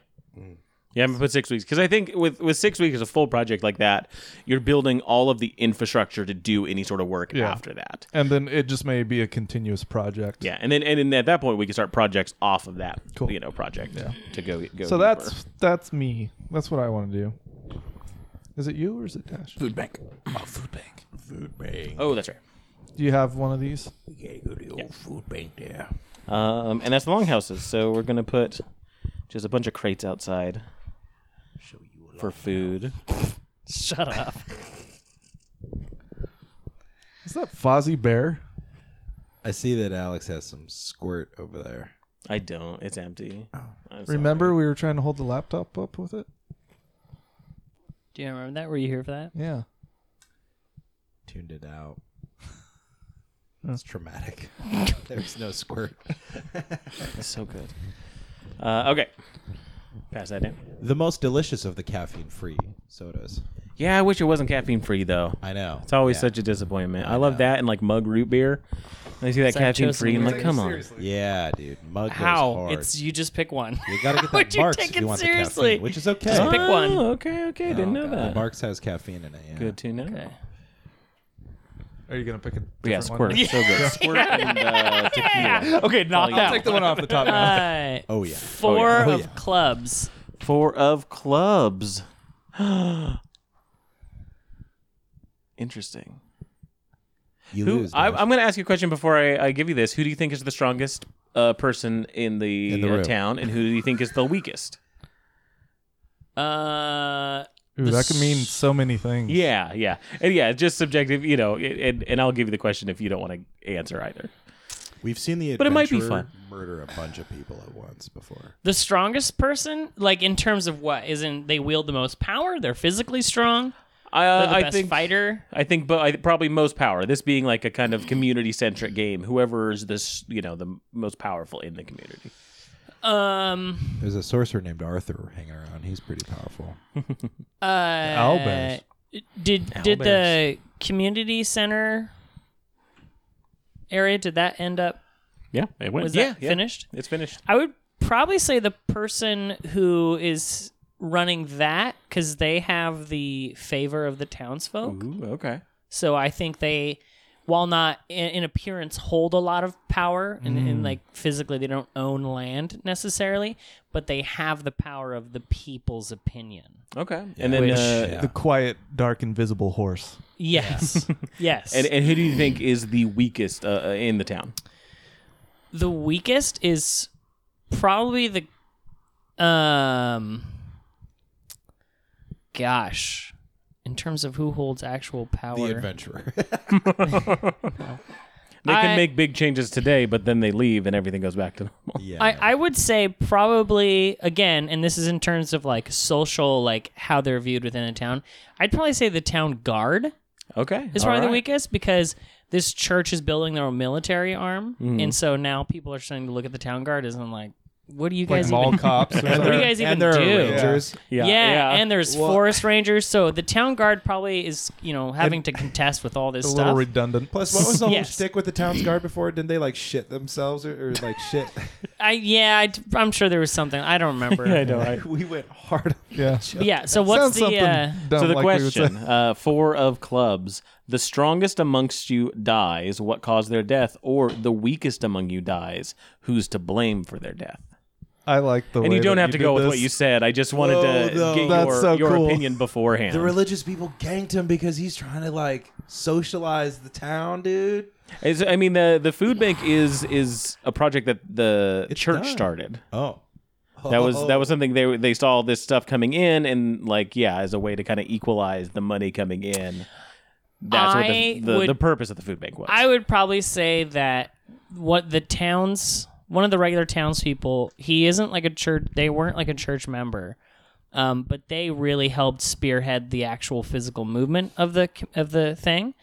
S2: Yeah, I'm gonna put six weeks because I think with with six weeks as a full project like that, you're building all of the infrastructure to do any sort of work
S5: Yeah.
S2: after that.
S5: And then it just may be a continuous project.
S2: Yeah, and then and then at that point we can start projects off of that
S5: Cool.
S2: you know project to go go. deeper.
S5: So that's that's me. That's what I want to do. Is it you or is it Dash? Do
S6: food bank.
S1: food bank. Food bank.
S2: oh that's right.
S5: you have one of these?
S1: We gotta go to the old food bank there.
S2: Um, and that's the longhouses. So we're gonna put just a bunch of crates outside for food.
S3: Shut up.
S5: Is that Fozzie Bear?
S4: I see that Alex has some squirt over there.
S2: I don't. It's empty. I'm sorry.
S5: Remember we were trying to hold the laptop up with it?
S3: Do you remember that? Were you here for that?
S5: Yeah.
S4: Tuned it out. That's traumatic. There's no squirt.
S2: It's so good. Uh, okay, pass that down.
S4: The most delicious of the caffeine-free sodas.
S2: Yeah, I wish it wasn't caffeine free though.
S4: I know.
S2: It's always such a disappointment. I, love that and like mug root beer. I see that
S3: Sorry,
S2: caffeine
S3: Joseph,
S2: free. I'm
S3: you're
S2: like, come on.
S4: Yeah, dude. Mug goes
S3: How?
S4: hard.
S3: It's you just pick one.
S4: you gotta get
S3: would
S4: that
S3: you
S4: Marks
S3: take
S4: if you
S3: it
S4: want the
S3: seriously?
S4: caffeine, which is okay.
S3: Just pick
S2: Oh,
S3: one. Oh,
S2: Okay, okay. Didn't know
S4: The
S2: that.
S4: Marks has caffeine in it. Yeah.
S2: Good to know.
S3: Okay.
S5: Are you gonna pick a
S2: But yeah,
S5: different one?
S2: squirt. So good. Squirt and uh, tequila.
S6: Okay, not
S2: that
S5: Take the one off the top.
S3: Uh,
S4: Oh yeah.
S3: four
S4: Oh,
S3: of
S4: yeah.
S3: clubs.
S2: Four of clubs. Interesting.
S4: You
S2: Who,
S4: lose.
S2: I,
S4: Dave.
S2: I'm going to ask you a question before I, I give you this. Who do you think is the strongest uh, person in the,
S4: In the
S2: uh,
S4: room.
S2: town, and who do you think is the weakest?
S3: Uh,
S5: Ooh, that could mean so many things.
S2: Yeah, yeah, and yeah. Just subjective, you know. it- And and I'll give you the question if you don't want to answer either.
S4: We've seen the
S2: But it might be
S4: adventurer
S2: fun.
S4: murder a bunch of people at once before.
S3: the strongest person, like in terms of what, isn't they wield the most power? They're physically strong.
S2: I
S3: They're the
S2: I
S3: best
S2: think
S3: fighter.
S2: I think, but I, probably most power. This being like a kind of community centric game. Whoever is this, you know, the most powerful in the community.
S3: Um,
S4: There's a sorcerer named Arthur hanging around. He's pretty powerful.
S3: uh,
S5: owlbears.
S3: Did did the community center area did that end up
S6: Yeah, it went.
S3: was
S2: Yeah,
S3: that
S2: yeah.
S3: finished?
S2: It's finished.
S3: I would probably say the person who is running that because they have the favor of the townsfolk.
S2: Ooh, okay.
S3: So I think they, while not in, in appearance, hold a lot of power, and,
S2: Mm.
S3: and like physically they don't own land necessarily, but they have the power of the people's opinion.
S2: Okay. And then,
S3: Which-
S2: uh,
S5: The quiet, dark, invisible horse.
S3: Yes, yes.
S2: and, and who do you think is the weakest uh, uh, in the town?
S3: the weakest is probably the, um, gosh, in terms of who holds actual
S4: The
S3: power.
S4: adventurer.
S2: They can
S3: I-
S2: make big changes today, but then they leave and everything goes back to normal.
S4: yeah.
S3: I, I would say probably again, and this is in terms of like social, like how they're viewed within a town. I'd probably say the town guard
S2: Okay.
S3: is
S2: all
S3: probably the
S2: right.
S3: weakest because this church is building their own military arm,
S5: Mm-hmm.
S3: and so now people are starting to look at the town guard as I'm like, what do you
S5: Like
S3: guys
S5: mall
S3: even?
S5: cops.
S3: What
S5: Or
S3: do you
S5: something.
S3: guys even
S4: there
S3: do?
S4: are rangers.
S2: Yeah.
S3: Yeah, and there's
S4: Well-
S3: forest rangers. So the town guard probably is, you know, having to contest with all this
S5: a
S3: stuff.
S5: little redundant.
S4: Plus, what was the whole
S3: Yes.
S4: stick with the town's guard before? Didn't they like shit themselves or, or like shit?
S3: I yeah, I, am sure there was something. I don't remember.
S2: I know. I-
S4: we went hard.
S5: Yeah.
S3: But yeah. So what's
S5: Sounds
S3: the
S5: something
S3: uh,
S5: dumb
S2: so the
S5: like we would say.
S2: question uh, four of clubs the strongest amongst you dies what caused their death or the weakest among you dies who's to blame for their death
S5: I like the
S2: and
S5: way
S2: you don't
S5: that
S2: have to
S5: did
S2: go with what
S5: this. Oh,
S2: you said i just wanted
S4: Whoa,
S2: to
S4: no.
S2: get
S5: That's
S2: your,
S5: so
S2: your
S5: cool.
S2: opinion beforehand
S4: The religious people ganked him because he's trying to like socialize the town, dude.
S2: It's- i mean the, the food bank is is a project that the
S4: It's
S2: church
S4: done.
S2: started
S4: Oh,
S2: that was that was something they they saw all this stuff coming in and like yeah as a way to kind of equalize the money coming in that's what the,
S3: I
S2: the,
S3: would-
S2: the purpose of the food bank was
S3: I would probably say that what the towns, one of the regular townspeople, he isn't like a church. They weren't like a church member, um, but they really helped spearhead the actual physical movement of the of the thing.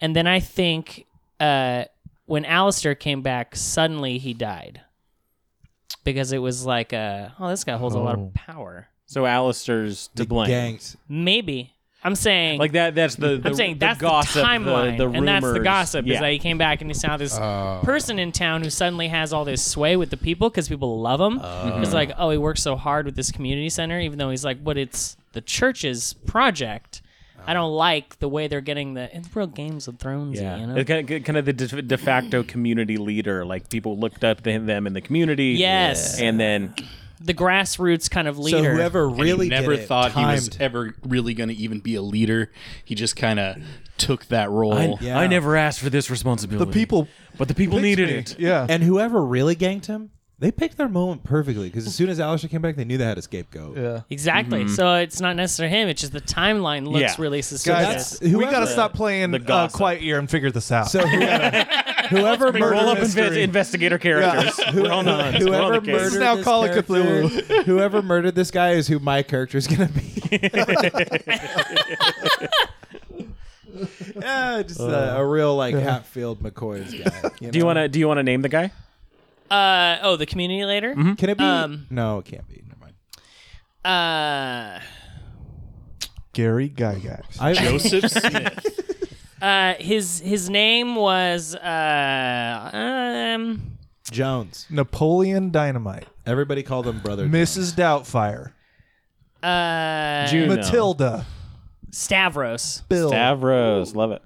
S3: And then I think uh, when Alistair came back, suddenly he died because it was like, uh, oh, this guy holds a lot
S5: Oh.
S3: of power.
S2: so alistair's to blame
S4: ganked.
S3: Maybe I'm saying
S2: Like that. That's the. the
S3: I'm saying
S2: the
S3: that's the,
S2: gossip,
S3: timeline,
S2: The, the
S3: and that's the
S2: rumors.
S3: gossip
S2: Yeah.
S3: is that he came back and he's now this
S4: Oh.
S3: person in town who suddenly has all this sway with the people because people love him.
S2: Mm-hmm.
S3: It's like, oh, he works so hard with this community center, even though he's like, but it's the church's project.
S2: Oh.
S3: I don't like the way they're getting the it's real Games of Thrones.
S2: yeah,
S3: You know?
S2: It's kind, of, kind of the de, de facto community leader. Like people looked up to him, them in the community.
S3: Yes.
S2: and then
S3: the grassroots kind of
S4: So
S3: leader.
S4: whoever
S6: And
S4: really
S6: he never
S4: did it
S6: thought he was
S4: timed-
S6: ever really going to even be a leader. He just kind of took that role.
S2: I,
S4: Yeah.
S2: I never asked for this responsibility.
S5: The people
S2: but the people needed it.
S5: Yeah.
S4: and whoever really ganked him, they picked their moment perfectly because as soon as Alistair came back, they knew they had a scapegoat.
S5: yeah.
S3: exactly. So it's not necessarily him. It's just the timeline looks
S2: Mm-hmm. Yeah.
S3: really
S4: Guys,
S3: suspicious.
S4: who
S5: we
S4: has
S5: got to
S4: the-
S5: stop playing
S2: the
S5: uh,
S2: gossip.
S5: Quiet Year and figure this out.
S4: So whoever, whoever
S2: Roll up
S4: murdered this,
S2: inve- investigator characters. We're on the hunt. We're on
S4: whoever
S2: the case.
S4: murdered
S5: now
S4: this
S5: Call of
S4: character-
S5: Cthulhu.
S4: whoever murdered this guy is who my character is gonna be. yeah, just uh, a real like Hatfield McCoy's guy.
S2: Do you want to? Do you want to name the guy?
S3: Uh, oh, the community leader.
S2: Mm-hmm.
S4: to? Can it be? no, it can't be. Never mind.
S3: Uh,
S5: Gary Gygax.
S4: I,
S6: Joseph Smith.
S3: Uh, his his name was uh um
S4: Jones.
S5: Napoleon Dynamite.
S4: Everybody called him brother.
S5: Mrs. Doubtfire.
S3: uh
S2: Juno.
S5: Matilda.
S3: Stavros
S5: Bill.
S2: Stavros. Love it.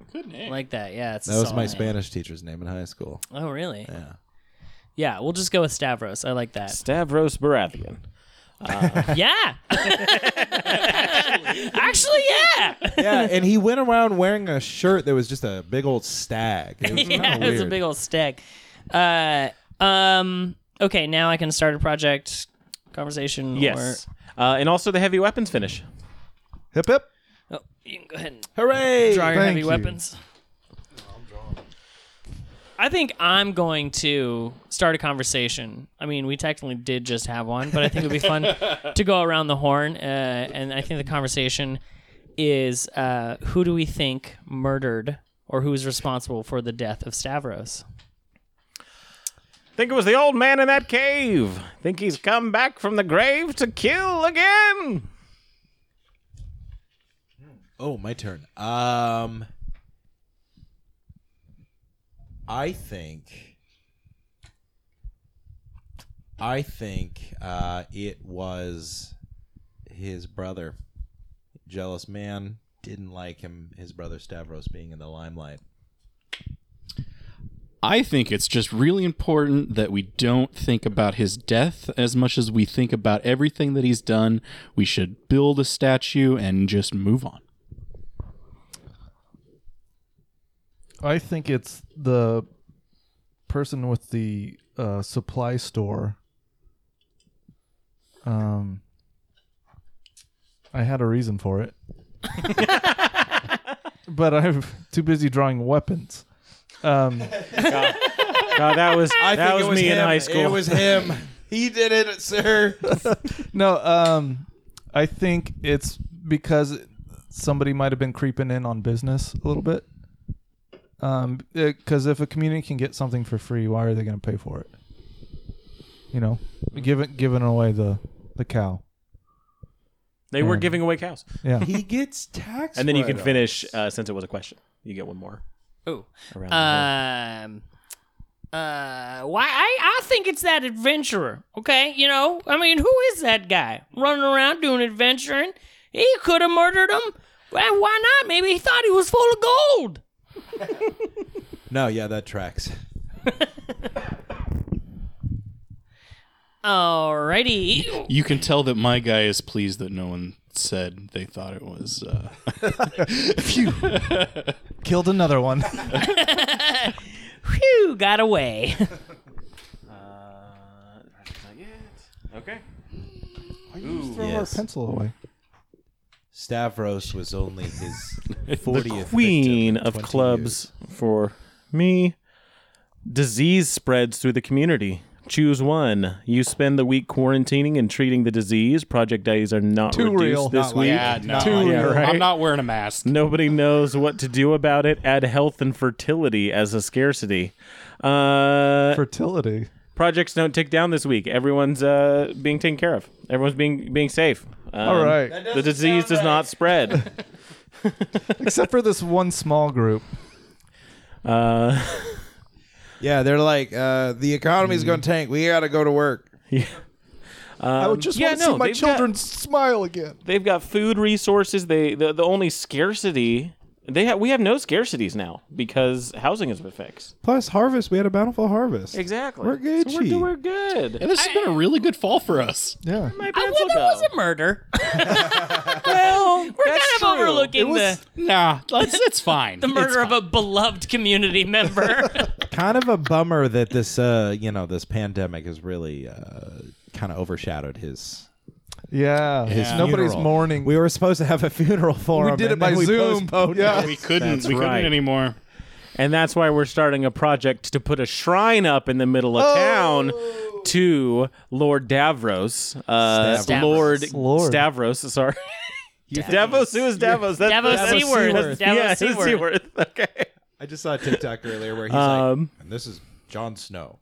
S3: like that. Yeah, it's a
S4: That was
S3: solid
S4: my
S3: name.
S4: Spanish teacher's name in high school.
S3: Oh, really?
S4: Yeah.
S3: Yeah, we'll just go with Stavros. I like that.
S2: Stavros Baratheon.
S3: yeah. Actually, yeah.
S4: Yeah, and he went around wearing a shirt that was just a big old stag. It was
S3: yeah,
S4: kind
S3: it was a big old stag. Uh, um. Okay, now I can start a project conversation.
S2: Yes. Uh, and also the heavy weapons finish.
S5: Hip hip.
S3: Or, oh, you can go ahead and
S4: Hooray!
S3: draw your
S5: Thank
S3: heavy
S5: you.
S3: weapons. I think I'm going to start a conversation. I mean, we technically did just have one, but I think it would be fun to go around the horn. Uh, and I think the conversation is uh, who do we think murdered or who is responsible for the death of Stavros?
S2: Think it was the old man in that cave. Think he's come back from the grave to kill again.
S4: Oh, my turn. Um, I think, I think uh, it was his brother. Jealous man didn't like him. His brother Stavros being in the limelight.
S6: I think it's just really important that we don't think about his death as much as we think about everything that he's done. We should build a statue and just move on.
S5: I think it's the person with the uh, supply store. Um, I had a reason for it, but I'm too busy drawing weapons. Um,
S2: God, Uh, that was
S4: I
S2: that
S4: think
S2: was,
S4: it was
S2: me
S4: him.
S2: in high school.
S4: It was him. he did it, sir.
S5: no, um, I think it's because somebody might have been creeping in on business a little bit. Um, because if a community can get something for free, why are they going to pay for it? You know, giving giving away the the cow.
S2: they were giving away cows,
S5: Yeah,
S4: he gets taxed.
S2: and then you can finish uh, since it was a question. You get one more.
S3: Oh,
S2: Around the
S3: um, uh, why I, I think it's that adventurer. Okay, you know, I mean, who is that guy running around doing adventuring? He could have murdered him. Well, why not? Maybe he thought he was full of gold.
S4: No, yeah, that tracks.
S3: Alrighty.
S6: You can tell that my guy is pleased that no one said they thought it was. Uh,
S5: Killed another one.
S3: Phew, got away.
S2: Okay.
S5: Throw
S4: Yes.
S5: our pencil away.
S4: Stavros was only his 40th
S2: Queen
S4: victim in
S2: of
S4: 20
S2: clubs for me. Disease spreads through the community. Choose one. You spend the week quarantining and treating the disease. Project days are not
S5: Too
S2: reduced
S5: real.
S2: this
S5: Not
S2: week.
S6: no,
S2: yeah, right.
S6: I'm not wearing a mask.
S2: Nobody knows what to do about it. Add health and fertility as a scarcity. Uh,
S5: Fertility.
S2: projects don't tick down this week. Everyone's uh, being taken care of. Everyone's being being safe. Um,
S5: All right.
S2: The disease does not spread.
S5: Except for this one small group.
S2: Uh,
S4: years. Yeah, they're like, uh, the economy's going to tank. We got to go to work.
S5: I would just
S2: Um, yeah,
S5: want to
S2: no,
S5: see
S2: they've
S5: my
S2: got-
S5: children smile again.
S2: they've got food resources. They the, the only scarcity they have. We have no scarcities now because housing has been fixed.
S4: Plus, harvest. We had a bountiful harvest.
S2: Exactly.
S4: We're good,
S2: So we're
S4: gee.
S2: doing good.
S6: And this has been a really good fall for us.
S5: Yeah.
S2: My
S3: I
S2: pencil
S3: well, there
S2: go.
S3: was a murder.
S2: well,
S3: We're kind of overlooking the,
S6: Nah, it's, it's fine.
S3: the murder of a beloved community member.
S4: Kind of a bummer that this, uh, you know, this pandemic has really uh, kind of overshadowed his.
S5: Yeah.
S4: His
S5: Nobody's
S4: funeral.
S5: mourning.
S4: We were supposed to have a funeral for
S5: We
S4: him.
S5: did it
S4: and
S5: by
S4: then we
S5: Zoom.
S4: postponed
S5: Yeah.
S4: it.
S6: We couldn't.
S2: That's
S6: we
S2: right.
S6: couldn't anymore.
S2: And that's why we're starting a project to put a shrine up in the middle of town to Lord Davros. Uh, Lord,
S4: Stavros.
S5: Lord.
S2: Stavros, sorry. Davos, who is Davos? That's
S3: Davos
S2: that's-
S3: Seaworth.
S2: that's-
S3: Davos
S2: yeah,
S3: Seaworth.
S2: Seaworth. Okay.
S4: I just saw a TikTok earlier where he's
S2: Um,
S4: like, and this is Jon Snow.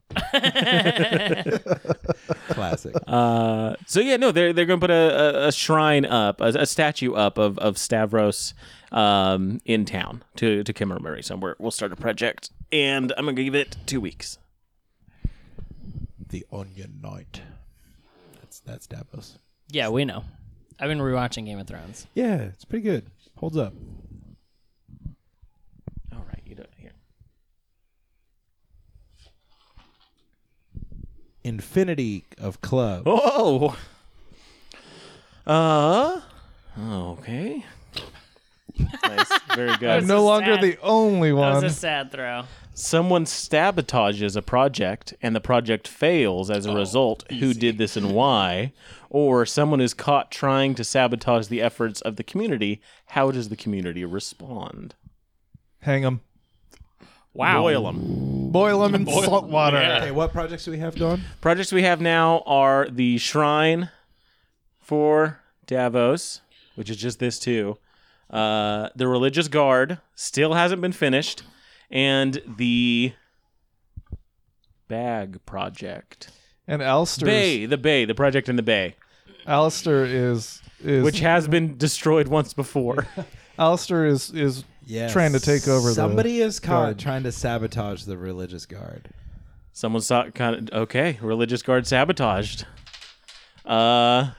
S4: Classic.
S2: Uh, so yeah, no, they're they're gonna put a, a, a shrine up, a, a statue up of of Stavros um, in town to to commemorate. So we're, we'll start a project, and I'm gonna give it two weeks.
S4: the Onion Knight. That's that's Davos.
S3: yeah, we know. I've been rewatching Game of Thrones.
S4: Yeah, it's pretty good. Holds up.
S2: All right, you don't here.
S4: Infinity of Club.
S2: Oh. Uh. Okay. nice. Very
S5: I'm
S2: good.
S5: no
S3: is
S5: longer
S3: sad.
S5: the only
S3: That was
S6: Um,
S5: one.
S3: a sad
S6: mm-hmm.
S3: throw.
S2: Someone sabotages a project and the project fails as a result. Who did this and why? Or someone is caught trying to sabotage the efforts of the community. How does the community respond?
S5: Hang 'em.
S2: Wow. Boil 'em.
S5: Boil them in salt water.
S4: Hey, what projects do we have going?
S2: Projects we have now are the shrine for Davos, which is just this too. Uh, the religious guard still hasn't been finished, and the bag project.
S5: And Alistair's,
S2: Bay, the bay, the project in the bay,
S5: Alistair is is
S2: which has been destroyed once before.
S5: Alistair is is
S4: Yeah,
S5: trying to take over the
S4: Somebody is caught
S5: guard.
S4: trying to sabotage the religious guard.
S2: Someone saw kind of okay. Religious guard sabotaged. Uh,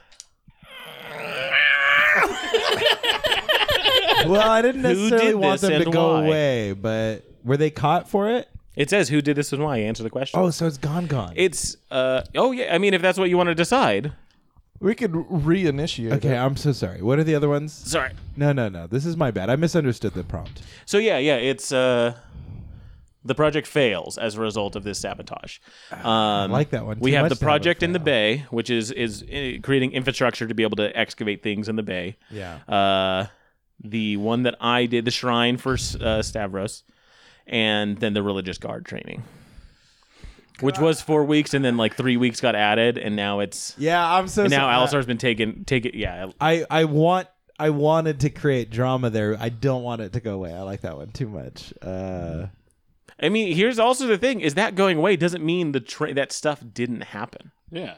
S4: well, I didn't necessarily
S2: did
S4: want
S2: this
S4: them to
S2: and
S4: go
S2: why?
S4: away, but were they caught for it?
S2: it says who did this and why. Answer the question.
S4: Oh, so it's gone, gone.
S2: it's uh oh yeah. I mean, if that's what you want to decide.
S5: we could reinitiate. it.
S4: okay, I'm so sorry. What are the other ones?
S2: Sorry.
S4: No, no, no. This is my bad. I misunderstood the prompt.
S2: So yeah, yeah, it's uh the project fails as a result of this sabotage. Um, I
S4: like that one.
S2: We
S4: Too
S2: have
S4: much
S2: the
S4: that would
S2: project in the
S4: fail.
S2: bay, which is is uh, creating infrastructure to be able to excavate things in the bay.
S4: Yeah.
S2: Uh, the one that I did, the shrine for uh, Stavros, and then the religious guard training, which was four weeks, and then like three weeks got added, and now it's
S4: Yeah, I'm so
S2: and now
S4: sorry.
S2: Alistar's been taken. Take it, yeah.
S4: I I want I wanted to create drama there. I don't want it to go away. I like that one too much. Uh,
S2: I mean, here's also the thing: is that going away doesn't mean the tra- that stuff didn't happen.
S6: Yeah.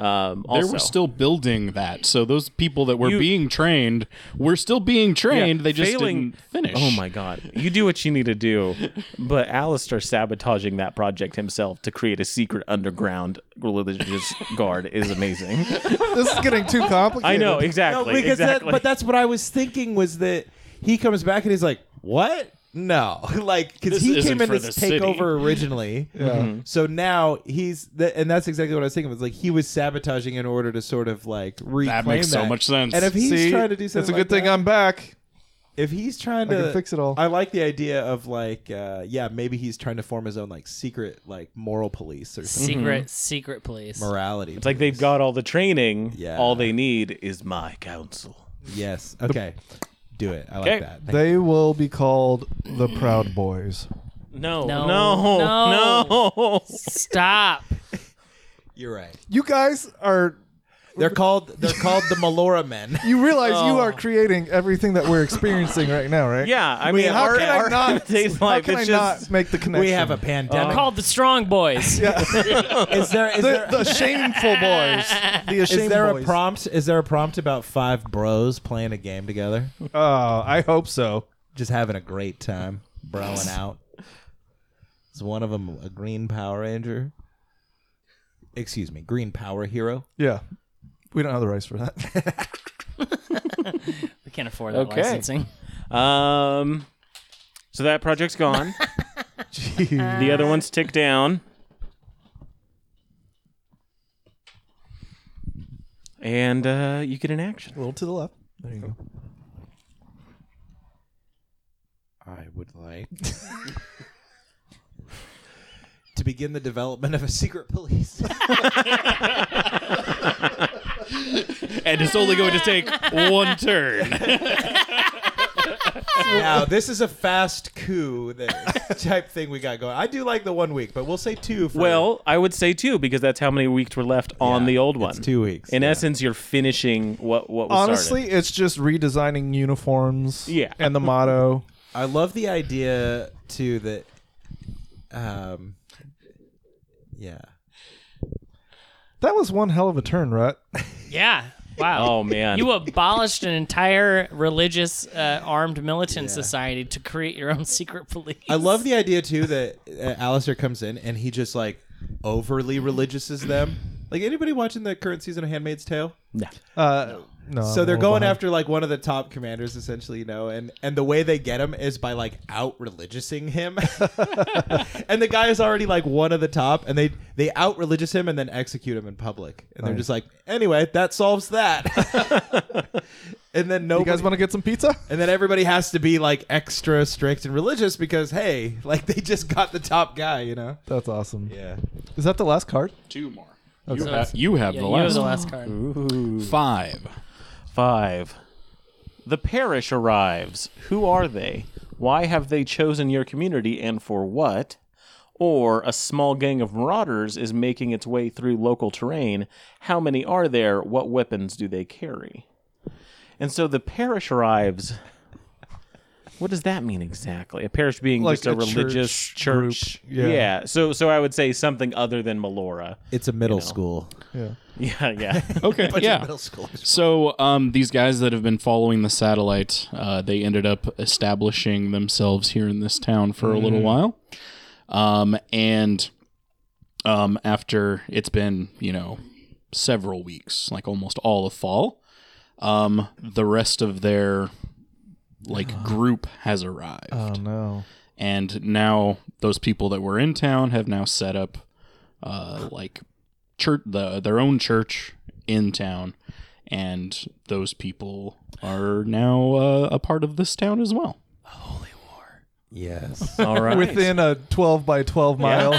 S2: Um,
S6: They
S2: also,
S6: were still building that, so those people that were
S2: You-
S6: being trained were still being trained.
S2: Yeah,
S6: they just
S2: failing-
S6: didn't finish.
S2: Oh my god. You do what you need to do. But Alistair sabotaging that project himself to create a secret underground religious guard is amazing.
S5: this is getting too complicated.
S2: I know, exactly.
S4: No, because that-
S2: exactly.
S4: but that's what I was thinking was that he comes back and he's like, "What? No, like because
S6: This
S4: he
S6: isn't
S4: came in
S6: for
S4: to
S6: the
S4: take
S6: city."
S4: over originally.
S2: Mm-hmm.
S4: So now he's, th- and that's exactly what I was thinking. Was like he was sabotaging in order to sort of like reclaim that.
S6: makes so much sense.
S4: And if he's
S5: See,
S4: trying to do something,
S5: It's a
S4: like
S5: good thing
S4: that-
S5: I'm back.
S4: if he's trying
S5: I
S4: to
S5: can fix it all.
S4: I like the idea of like, uh, yeah, maybe he's trying to form his own like secret like moral police or something.
S3: Secret, secret police.
S4: morality.
S2: it's like they've got all the training.
S4: Yeah.
S2: All they need is my counsel.
S4: yes, okay, do it. I like
S2: Okay.
S4: that. Thank
S5: They will be called the Proud Boys.
S2: No.
S3: No.
S2: No.
S3: No.
S2: no.
S3: Stop.
S4: You're right.
S5: You guys are.
S4: They're called they're called the Melora Men.
S5: You realize you
S4: Oh.
S5: are creating everything that we're experiencing right now, right?
S2: Yeah, I
S5: Wait,
S2: mean,
S5: how
S2: our,
S5: can I
S2: our
S5: not-
S2: today's
S5: How
S2: life
S5: can I
S2: it's
S5: not
S2: just
S5: make the connection? Oh.
S4: We have a pandemic.
S3: Called the Strong Boys.
S4: is there is
S5: the,
S4: there,
S5: the shameful boys. The ashamed
S4: is there a
S5: boys.
S4: prompt? Is there a prompt about five bros playing a game together,
S5: Oh, I hope so.
S4: just having a great time, broing out? Is one of them a green Power Ranger? Excuse me, green power hero.
S5: Yeah, we don't have the rights for that.
S3: We can't afford that
S2: Okay.
S3: licensing.
S2: um so that project's gone.
S5: Jeez.
S2: the other one's ticked down. And uh, you get an action.
S5: A little to the left. There you go.
S4: I would like to begin the development of a secret police.
S6: and it's only going to take one turn.
S4: now this is a fast coup that type thing we got going. I do like the one week, but we'll say two. For
S2: Well, I would say two because that's how many weeks were left on
S4: Yeah,
S2: the old one.
S4: it's two weeks,
S2: In
S4: yeah.
S2: essence, you're finishing what what was
S5: Honestly,
S2: started.
S5: it's just redesigning uniforms.
S2: Yeah.
S5: and the motto.
S4: I love the idea too that, um, yeah,
S5: That was one hell of a turn, right?
S3: Yeah. Wow.
S2: Oh man,
S3: You abolished an entire religious uh, armed militant society to create your own secret police.
S4: I love the idea too that uh, Alistair comes in and he just like overly religiouses them. Like anybody watching the current season of Handmaid's Tale?
S5: Uh, no.
S4: so
S5: I'm a
S4: they're
S5: little
S4: going
S5: behind.
S4: after like one of the top commanders essentially you know and and the way they get him is by like out religiousing him and the guy is already like one of the top and they they out religious him and then execute him in public and they're just like anyway that solves that and then
S5: You
S4: nobody
S5: guys want to get some pizza?
S4: and then everybody has to be like extra strict and religious because hey like they just got the top guy you know
S5: That's awesome.
S4: yeah
S5: Is that the last card?
S6: Two more.
S5: Okay.
S6: You, have, you have
S3: Yeah,
S6: the
S3: you have the
S6: last
S3: last card.
S6: five.
S2: five. The parish arrives. Who are they? Why have they chosen your community, and for what? Or a small gang of marauders is making its way through local terrain. How many are there? What weapons do they carry? And so the parish arrives. What does that mean exactly? A parish being
S5: Like
S2: just a,
S5: a
S2: religious
S5: church
S2: church.
S5: group, yeah.
S2: So so I would say something other than Melora.
S4: it's a middle school
S5: Yeah.
S2: Yeah, yeah.
S6: Okay, yeah.
S4: middle school
S6: So, um, these guys that have been following the satellite, uh, they ended up establishing themselves here in this town for a little while. Um, and um, after it's been, you know, several weeks, like almost all of fall, um, the rest of their
S3: Uh-huh.
S6: like group has arrived
S5: Oh no.
S6: and now those people that were in town have now set up uh, like church the their own church in town and those people are now uh, a part of this town as well
S4: yes
S2: All right.
S5: Within a 12 by 12 mile.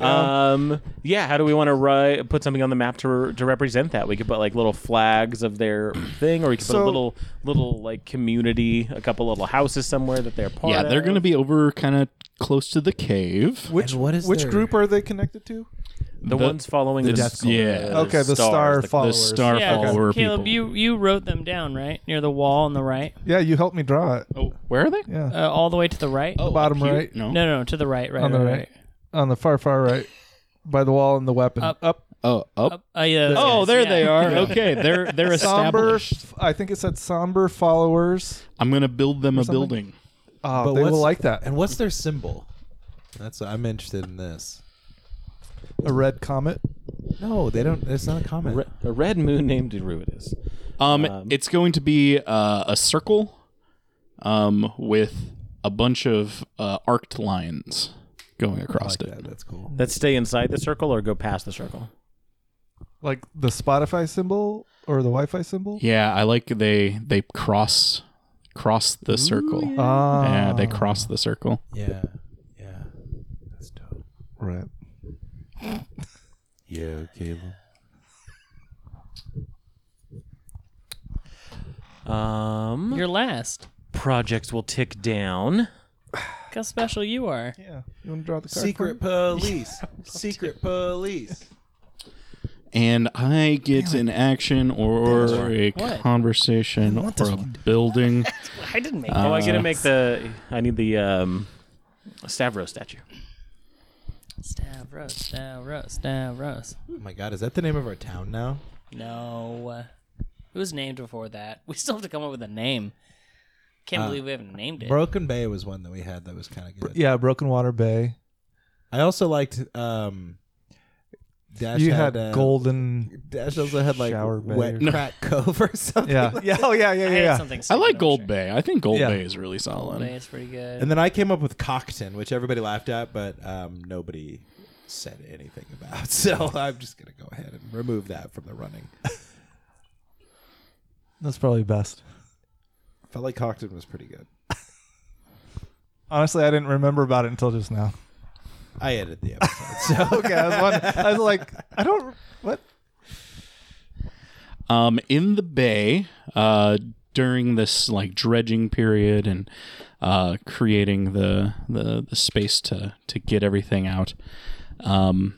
S2: Um, yeah, how do we want to ri- put something on the map to, to represent that? We could put like little flags of their thing, or we could put a
S5: So-
S2: little little like community, a couple little houses somewhere that they're part.
S6: yeah they're
S2: of.
S6: gonna be over kind of close to the cave
S5: Which
S4: what is
S5: which
S4: their-
S5: group are they connected to?
S2: the, ones following the,
S6: the-
S2: s-
S6: yeah.
S5: Okay, the star
S2: the-
S6: the
S5: followers.
S6: star
S3: Yeah,
S6: follower
S3: Caleb,
S6: people
S3: you you wrote them down right near the wall on the right,
S5: Yeah, you helped me draw it.
S6: oh, where are they
S5: Yeah.
S3: uh, all the way to the right.
S6: Oh.
S5: the bottom
S6: Here?
S5: right.
S6: no
S3: No, no, no, to the right, right,
S5: on the
S3: right,
S5: right.
S3: right.
S5: On the far far right. By the wall and the weapon.
S3: Up.
S5: up.
S6: Oh, up.
S3: Oh, yeah, those
S6: Oh,
S3: guys,
S6: there
S3: yeah.
S6: they are. Okay, they're they're
S5: somber.
S6: established.
S5: f- I think it said somber followers.
S6: I'm gonna build them a
S5: something.
S6: building.
S5: Uh,
S4: But
S5: they will
S4: what's-
S5: like that.
S4: And what's their symbol? That's I'm interested in this.
S5: A red comet.
S4: No, they don't. It's not a comment.
S2: Re- a red moon named Derudis.
S6: Um, it's going to be uh, a circle, um, with a bunch of uh, arced lines going across it.
S4: Yeah, that's cool.
S2: That stay inside the circle or go past the circle.
S5: Like the Spotify symbol or the Wi Fi symbol?
S6: Yeah, I like they they cross cross the circle. Yeah.
S5: Ah,
S6: they cross the circle.
S4: Yeah, yeah, that's dope.
S5: right.
S4: Yeah, Caleb.
S2: Um,
S3: You're last.
S2: projects will tick down.
S3: Look how special you are.
S5: Yeah. You want to draw the card?
S4: Secret police. Secret police.
S6: And I get an action or a
S3: What?
S6: conversation or a building.
S3: I didn't make
S6: Uh,
S2: Oh,
S3: that.
S2: I gotta make the. I need the um, Stavros statue.
S3: Stavros, Stavros, Stavros.
S4: Oh my God, is that the name of our town now?
S3: No. It was named before that. We still have to come up with a name. Can't believe we haven't named it.
S4: Broken Bay was one that we had that was kind of good.
S5: Yeah, Broken Water Bay.
S4: I also liked. um Dash
S5: you had,
S4: uh,
S5: golden.
S4: Dash also had like
S5: Shower Bay
S4: wet
S5: or-
S4: crack cove or something.
S5: Yeah. yeah. Oh, yeah, yeah,
S3: I
S5: yeah.
S3: had
S5: yeah.
S3: something
S6: I
S3: stupid,
S6: like
S3: I'm
S6: Gold
S3: sure.
S6: Bay. I think Gold
S5: Yeah.
S6: Bay is really solid.
S3: Bay is pretty good.
S4: And then I came up with Cockton, which everybody laughed at, but um, nobody said anything about. So I'm just gonna go ahead and remove that from the running.
S5: That's probably best.
S4: Felt like Cockton was pretty good.
S5: Honestly, I didn't remember about it until just now.
S4: I edited the episode, so
S5: Okay, I was, wondering- I was like, I don't. What?
S6: um, in the bay uh, during this like dredging period and uh, creating the, the the space to to get everything out. Um,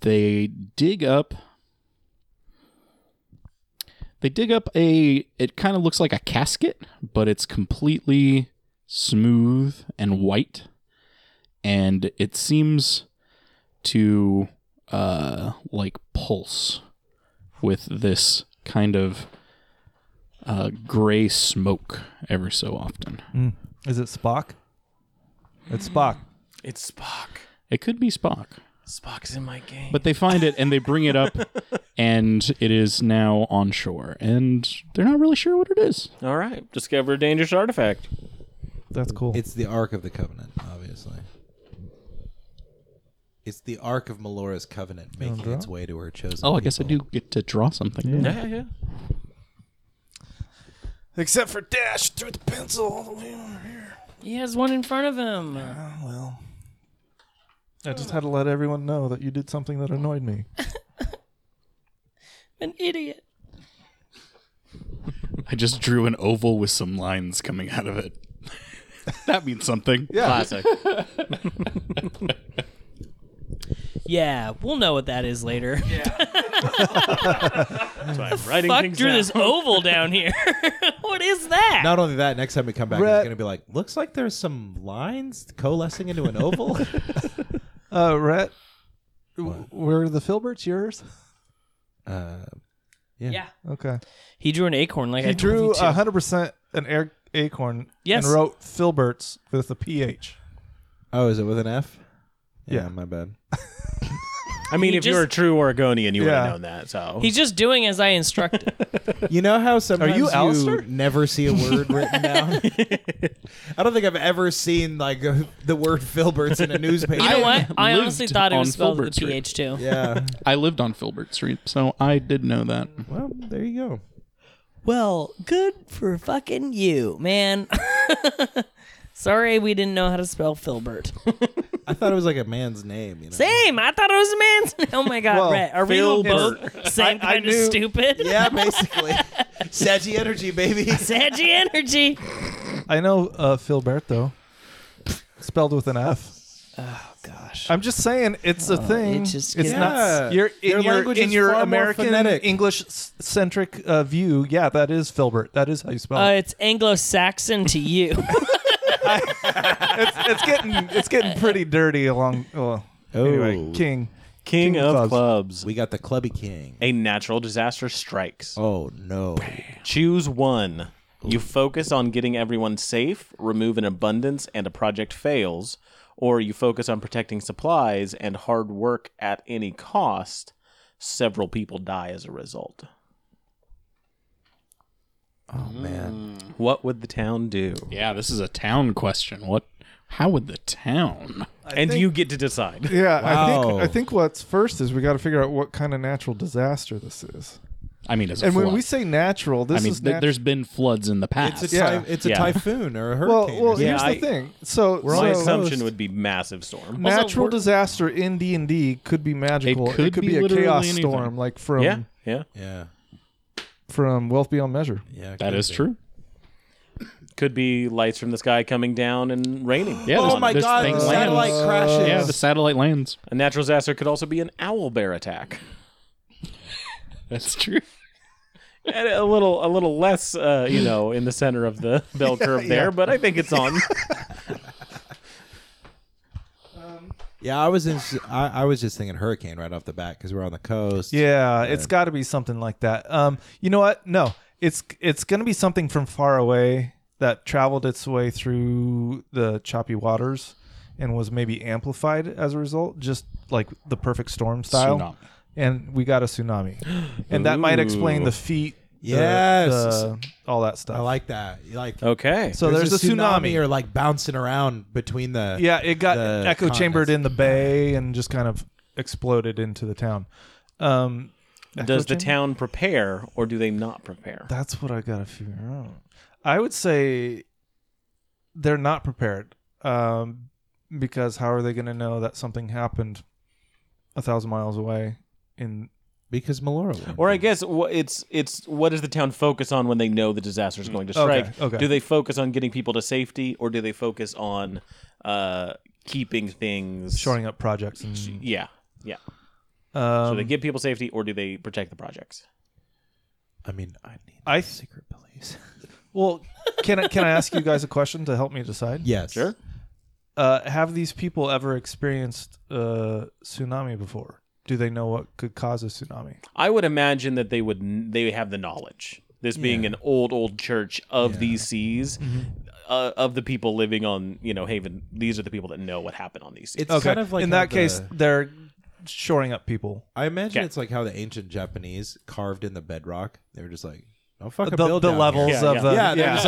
S6: they dig up. They dig up a. It kind of looks like a casket, but it's completely smooth and white, and it seems to uh like pulse with this kind of uh, gray smoke ever so often.
S5: Is it Spock? It's Spock.
S2: It's Spock.
S6: It could be Spock,
S2: Spock's in my game.
S6: but they find it and they bring it up, and it is now on shore, and they're not really sure what it is.
S2: All right, discover a dangerous artifact.
S5: That's cool.
S4: it's the Ark of the Covenant, obviously. It's the Ark of Melora's Covenant making its way to her chosen.
S6: Oh, I guess I do get to draw something. don't
S2: Yeah,
S6: I?
S2: yeah.
S5: Except for Dash threw the pencil all the way over here.
S3: he has one in front of him.
S5: Oh well. I just had to let everyone know that you did something that annoyed me.
S3: An idiot.
S6: I just drew an oval with some lines coming out of it. that means something.
S2: Classic.
S3: Yeah, we'll know what that is later.
S2: I'm writing
S3: Fuck
S2: things
S3: drew
S2: down.
S3: this oval down here. what is that?
S4: Not only that, next time we come back,
S5: Brett-
S4: it's gonna be like, looks like there's some lines coalescing into an oval.
S5: Uh, Rhett, w- were the Filberts yours?
S4: uh,
S3: Yeah.
S5: Okay.
S3: He drew an acorn like I
S5: He
S3: told you
S5: drew
S3: to.
S5: hundred percent an air- acorn.
S3: Yes.
S5: And wrote Filberts with a PH.
S4: oh, is it with an F?
S5: Yeah.
S4: my bad.
S2: I mean,
S3: He
S2: if
S3: just-
S2: you were a true Oregonian, you would
S5: Yeah.
S2: have known that. So
S3: He's just doing as I instructed.
S4: You know how sometimes
S5: you Alistair?
S4: never see a word written down? I don't think I've ever seen like uh, the word Filberts in a newspaper.
S3: You know what? I
S6: lived
S3: honestly thought it was
S6: on
S3: spelled with a
S6: Filbert
S3: PH
S6: Street.
S3: too.
S4: Yeah.
S6: I lived on Filbert Street, so I did know that.
S4: Well, there you go.
S3: Well, good for fucking you, man. Sorry, we didn't know how to spell Filbert.
S4: I thought it was like a man's name. You know?
S3: Same. I thought it was a man's. Oh my god,
S5: Well,
S3: Rhett, are we all both same
S5: I
S3: kind of
S5: knew-
S3: stupid?
S4: Yeah, basically. Saggy energy, baby.
S3: Saggy energy.
S5: I know uh, Filberto, spelled with an F. Oh,
S3: Gosh.
S5: I'm just saying it's a thing.
S3: it just
S5: it's
S3: gets-
S5: not
S4: Yeah.
S5: you're in
S4: Their
S5: your
S4: language
S5: in
S4: is
S5: your
S4: far more
S5: American
S4: phonetic.
S5: English centric uh, view. Yeah, that is Filbert. That is how you spell
S3: Uh,
S5: it.
S3: it's Anglo-Saxon to you.
S5: it's getting it's getting pretty dirty along. Well,
S4: Oh.
S5: anyway, King
S2: King, of
S5: clubs.
S2: clubs.
S4: We got the Clubby King.
S2: A natural disaster strikes.
S4: Oh no!
S2: Choose one. You focus on getting everyone safe, remove an abundance, and a project fails, or you focus on protecting supplies and hard work at any cost. Several people die as a result.
S4: Oh man!
S2: What would the town do?
S6: Yeah, this is a town question. What? How would the town?
S2: and you get to decide.
S5: Yeah, I
S4: Wow.
S5: think I think what's first is we got to figure out what kind of natural disaster this is.
S6: I mean, as a
S5: And
S6: flood.
S5: when we say natural, this
S6: I mean,
S5: is
S6: th-
S5: nat-
S6: there's been floods in the past.
S4: It's a
S5: Yeah.
S4: ty- it's a
S2: Yeah.
S4: typhoon or a hurricane.
S5: well,
S4: or
S5: well,
S4: something.
S2: Yeah,
S5: here's
S2: I-
S5: the thing. So,
S4: We're
S2: My
S4: So-
S2: assumption would be massive storm.
S3: Also,
S5: natural
S3: we're-
S5: disaster in D and D could be magical. It could,
S6: could
S5: be,
S6: be
S5: a
S6: literally
S5: chaos
S6: anything.
S5: storm, like from
S2: Yeah, yeah.
S4: yeah,
S5: from Wealth Beyond Measure.
S4: yeah. it
S6: that
S4: could
S6: is
S4: be.
S6: true.
S2: Could be lights from the sky coming down and raining.
S6: Yeah.
S4: Oh
S6: there's-
S4: my
S6: there's
S4: God!
S6: things
S4: The
S6: land.
S4: satellite crashes.
S6: Yeah, the satellite lands.
S2: A natural disaster could also be an owl bear attack.
S6: That's true.
S2: And a little, a little less, uh, you know, in the center of the bell curve there, but I think it's on.
S4: yeah, I was in, I, I was just thinking hurricane right off the bat because we're on the coast.
S5: Yeah, it's got to be something like that. Um, you know what? No, it's it's going to be something from far away that traveled its way through the choppy waters and was maybe amplified as a result, just like the perfect storm style.
S6: Tsunami.
S5: And we got a tsunami, and that might explain the feet. the-
S4: Yes.
S5: the- all that stuff.
S4: I like that. You Like
S2: Okay.
S5: so there's, a tsunami.
S4: or like bouncing around between the
S5: yeah, it got
S4: the
S5: echo chambered
S4: continents.
S5: in the bay and just kind of exploded into the town. Um,
S2: Does the
S5: echo chamber?
S2: town prepare or do they not prepare?
S5: That's what I gotta figure out. I would say they're not prepared, um, because how are they gonna know that something happened a thousand miles away? In
S4: because Melora. went.
S2: Or I guess wha- it's it's what does the town focus on when they know the disaster is going to
S5: Okay,
S2: strike?
S5: okay.
S2: Do they focus on getting people to safety or do they focus on uh, keeping things
S5: shoring up projects, and,
S2: Yeah, yeah.
S5: um,
S2: So they give people safety or do they protect the projects?
S4: I mean, I need
S5: I th-
S4: secret police.
S5: well, can I can I ask you guys a question to help me decide?
S4: Yes.
S2: Sure.
S5: Uh, have these people ever experienced a tsunami before? Do they know what could cause a tsunami?
S2: I would imagine that they would kn- they have the knowledge. This being an old old church of these seas,
S5: Mm-hmm.
S2: uh, of the people living on you know Haven, these are the people that know what happened on these seas.
S4: It's kind of like
S5: in
S4: how
S5: that case,
S4: the-
S5: they're shoring up people.
S4: I imagine
S2: Okay.
S4: it's like how the ancient Japanese carved in the bedrock. They were just like, don't fucking
S5: The,
S4: build
S5: the
S4: down
S5: levels
S4: Here.
S2: Yeah,
S5: of
S2: yeah.
S5: the
S4: yeah, they're just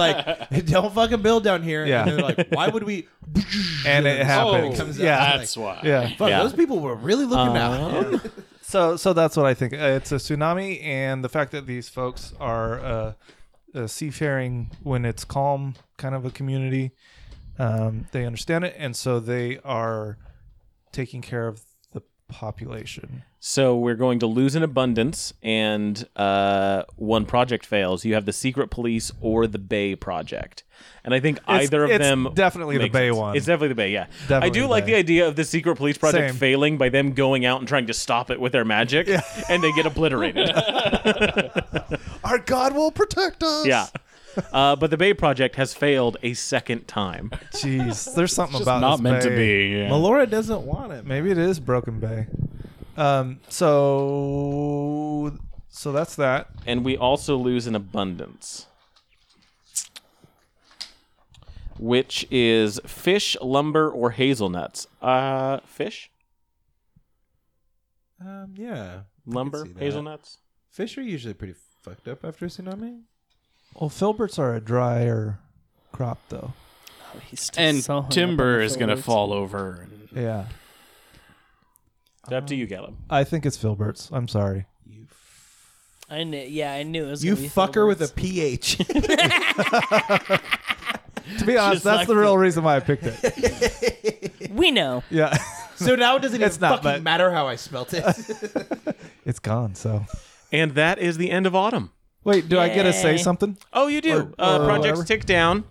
S4: like, don't fucking build down here.
S5: Yeah.
S4: And they're like, why would we?
S5: and it
S4: it
S6: Oh.
S5: happens.
S4: comes out,
S5: yeah,
S4: like,
S6: why.
S5: yeah.
S4: Fuck,
S2: Yeah.
S4: those people were really looking
S5: Uh-huh.
S4: out.
S5: So, so that's what I think. Uh, it's a tsunami, and the fact that these folks are uh, uh, seafaring when it's calm, kind of a community, um, they understand it, and so they are taking care of the population.
S2: So we're going to lose an abundance, and uh, one project fails. You have the secret police or the Bay project, and I think
S5: It's-
S2: either of
S5: it's
S2: them
S5: definitely the
S2: makes
S5: Bay
S2: sense.
S5: one.
S2: It's definitely the Bay. Yeah,
S5: Definitely
S2: I do
S5: the
S2: like
S5: Bay.
S2: the idea of the secret police project
S5: Same.
S2: failing by them going out and trying to stop it with their magic, and they get obliterated.
S5: Our God will protect us.
S2: yeah. Uh, but the Bay project has failed a second time.
S5: Jeez, there's something
S6: Just
S5: about
S6: not
S5: this
S6: meant to
S5: bay.
S6: be. yeah.
S4: Melora doesn't want it.
S5: Maybe it is Broken Bay. Um, so, so that's that.
S2: and we also lose an abundance, which is fish, lumber, or hazelnuts. Uh, fish,
S4: Um, yeah.
S2: lumber,
S4: see that.
S2: hazelnuts.
S4: Fish are usually pretty fucked up after a tsunami.
S5: Well, filberts are a drier crop, though.
S3: He's still
S6: And
S3: so hung up on
S6: timber
S3: the
S6: is going to
S3: filberts.
S6: fall over. and-
S5: Yeah.
S2: It's up to you, Caleb.
S5: I think it's Filberts. I'm sorry.
S3: I knew, yeah, I knew it was
S4: You
S3: gonna be
S4: fucker with a
S3: filberts.
S4: ph.
S5: To be honest, that's
S3: like
S5: the real reason why I picked it.
S3: We know.
S5: Yeah,
S4: so now it doesn't
S5: It's
S4: even
S5: not,
S4: fucking
S5: but-
S4: matter how I spelt it.
S5: it's gone. So
S2: And that is the end of autumn.
S5: wait, do I get to say
S3: Yay.
S5: something?
S2: Oh, you do.
S5: Or-
S2: uh,
S5: or
S2: projects
S5: whatever.
S2: tick down.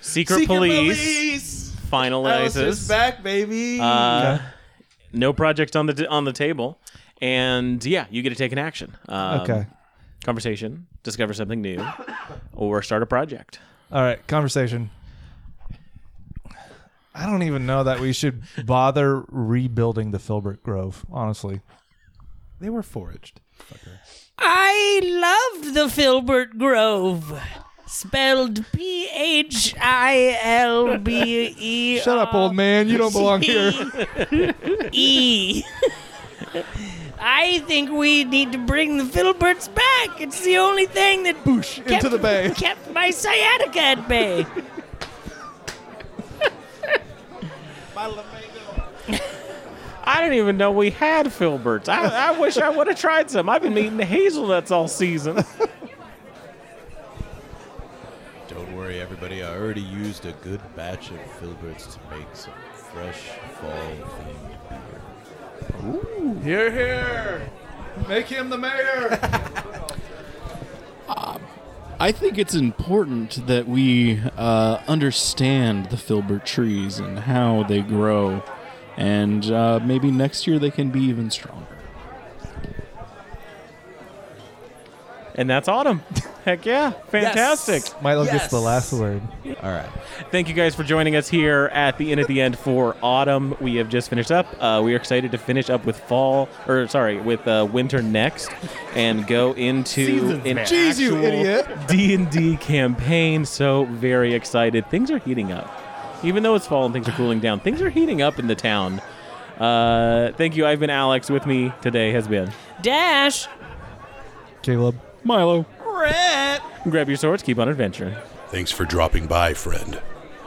S2: Secret,
S4: Secret
S2: police,
S4: police. Alistair's
S2: finalizes.
S4: back, baby.
S2: Uh, No project on the t- on the table, and yeah, you get to take an action. Um,
S5: Okay.
S2: Conversation, discover something new, or start a project.
S5: All right, conversation. I don't even know that we should bother rebuilding the Filbert Grove. Honestly,
S4: They were foraged.
S3: I loved the Filbert Grove. Spelled P H I L B E
S5: shut up,
S4: Oh,
S5: old man. You don't belong here.
S3: E. I think we need to bring the Filberts back. It's the only thing that
S5: Boosh into
S3: kept-
S5: the bay.
S3: kept my sciatica at bay.
S2: I didn't even know we had filberts. I, I wish I would have tried some. I've been eating hazelnuts all season.
S4: Don't worry, everybody. I already used a good batch of filberts to make some fresh fall themed
S5: Here,
S4: beer.
S5: here. Make him the mayor.
S6: I think it's important that we uh, understand the filbert trees and how they grow, and uh, maybe next year they can be even stronger.
S2: And that's autumn. Heck yeah. Fantastic.
S5: Milo gets the last word.
S4: All right.
S2: Thank you guys for joining us here at the end at the end for autumn. We have just finished up. Uh, we are excited to finish up with fall, or sorry, with uh, winter next, and go into an
S5: Jeez, you idiot.
S2: D and D campaign. So very excited. Things are heating up, even though it's fall and things are cooling down. Things are heating up in the town. Uh, thank you. I've been Alex. With me today has been.
S3: Dash.
S5: Caleb.
S6: Milo.
S2: Grab your swords. Keep on adventuring.
S1: Thanks for dropping by, friend.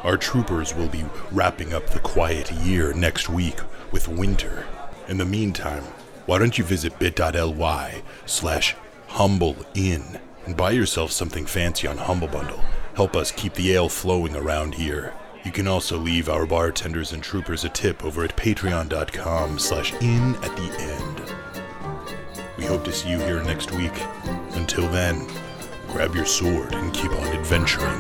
S1: Our troopers will be wrapping up the quiet year next week with winter. In the meantime, why don't you visit bit.ly slash humble inn and buy yourself something fancy on Humble Bundle. Help us keep the ale flowing around here. You can also leave our bartenders and troopers a tip over at patreon.com slash in at the end. We hope to see you here next week. Until then, grab your sword and keep on adventuring.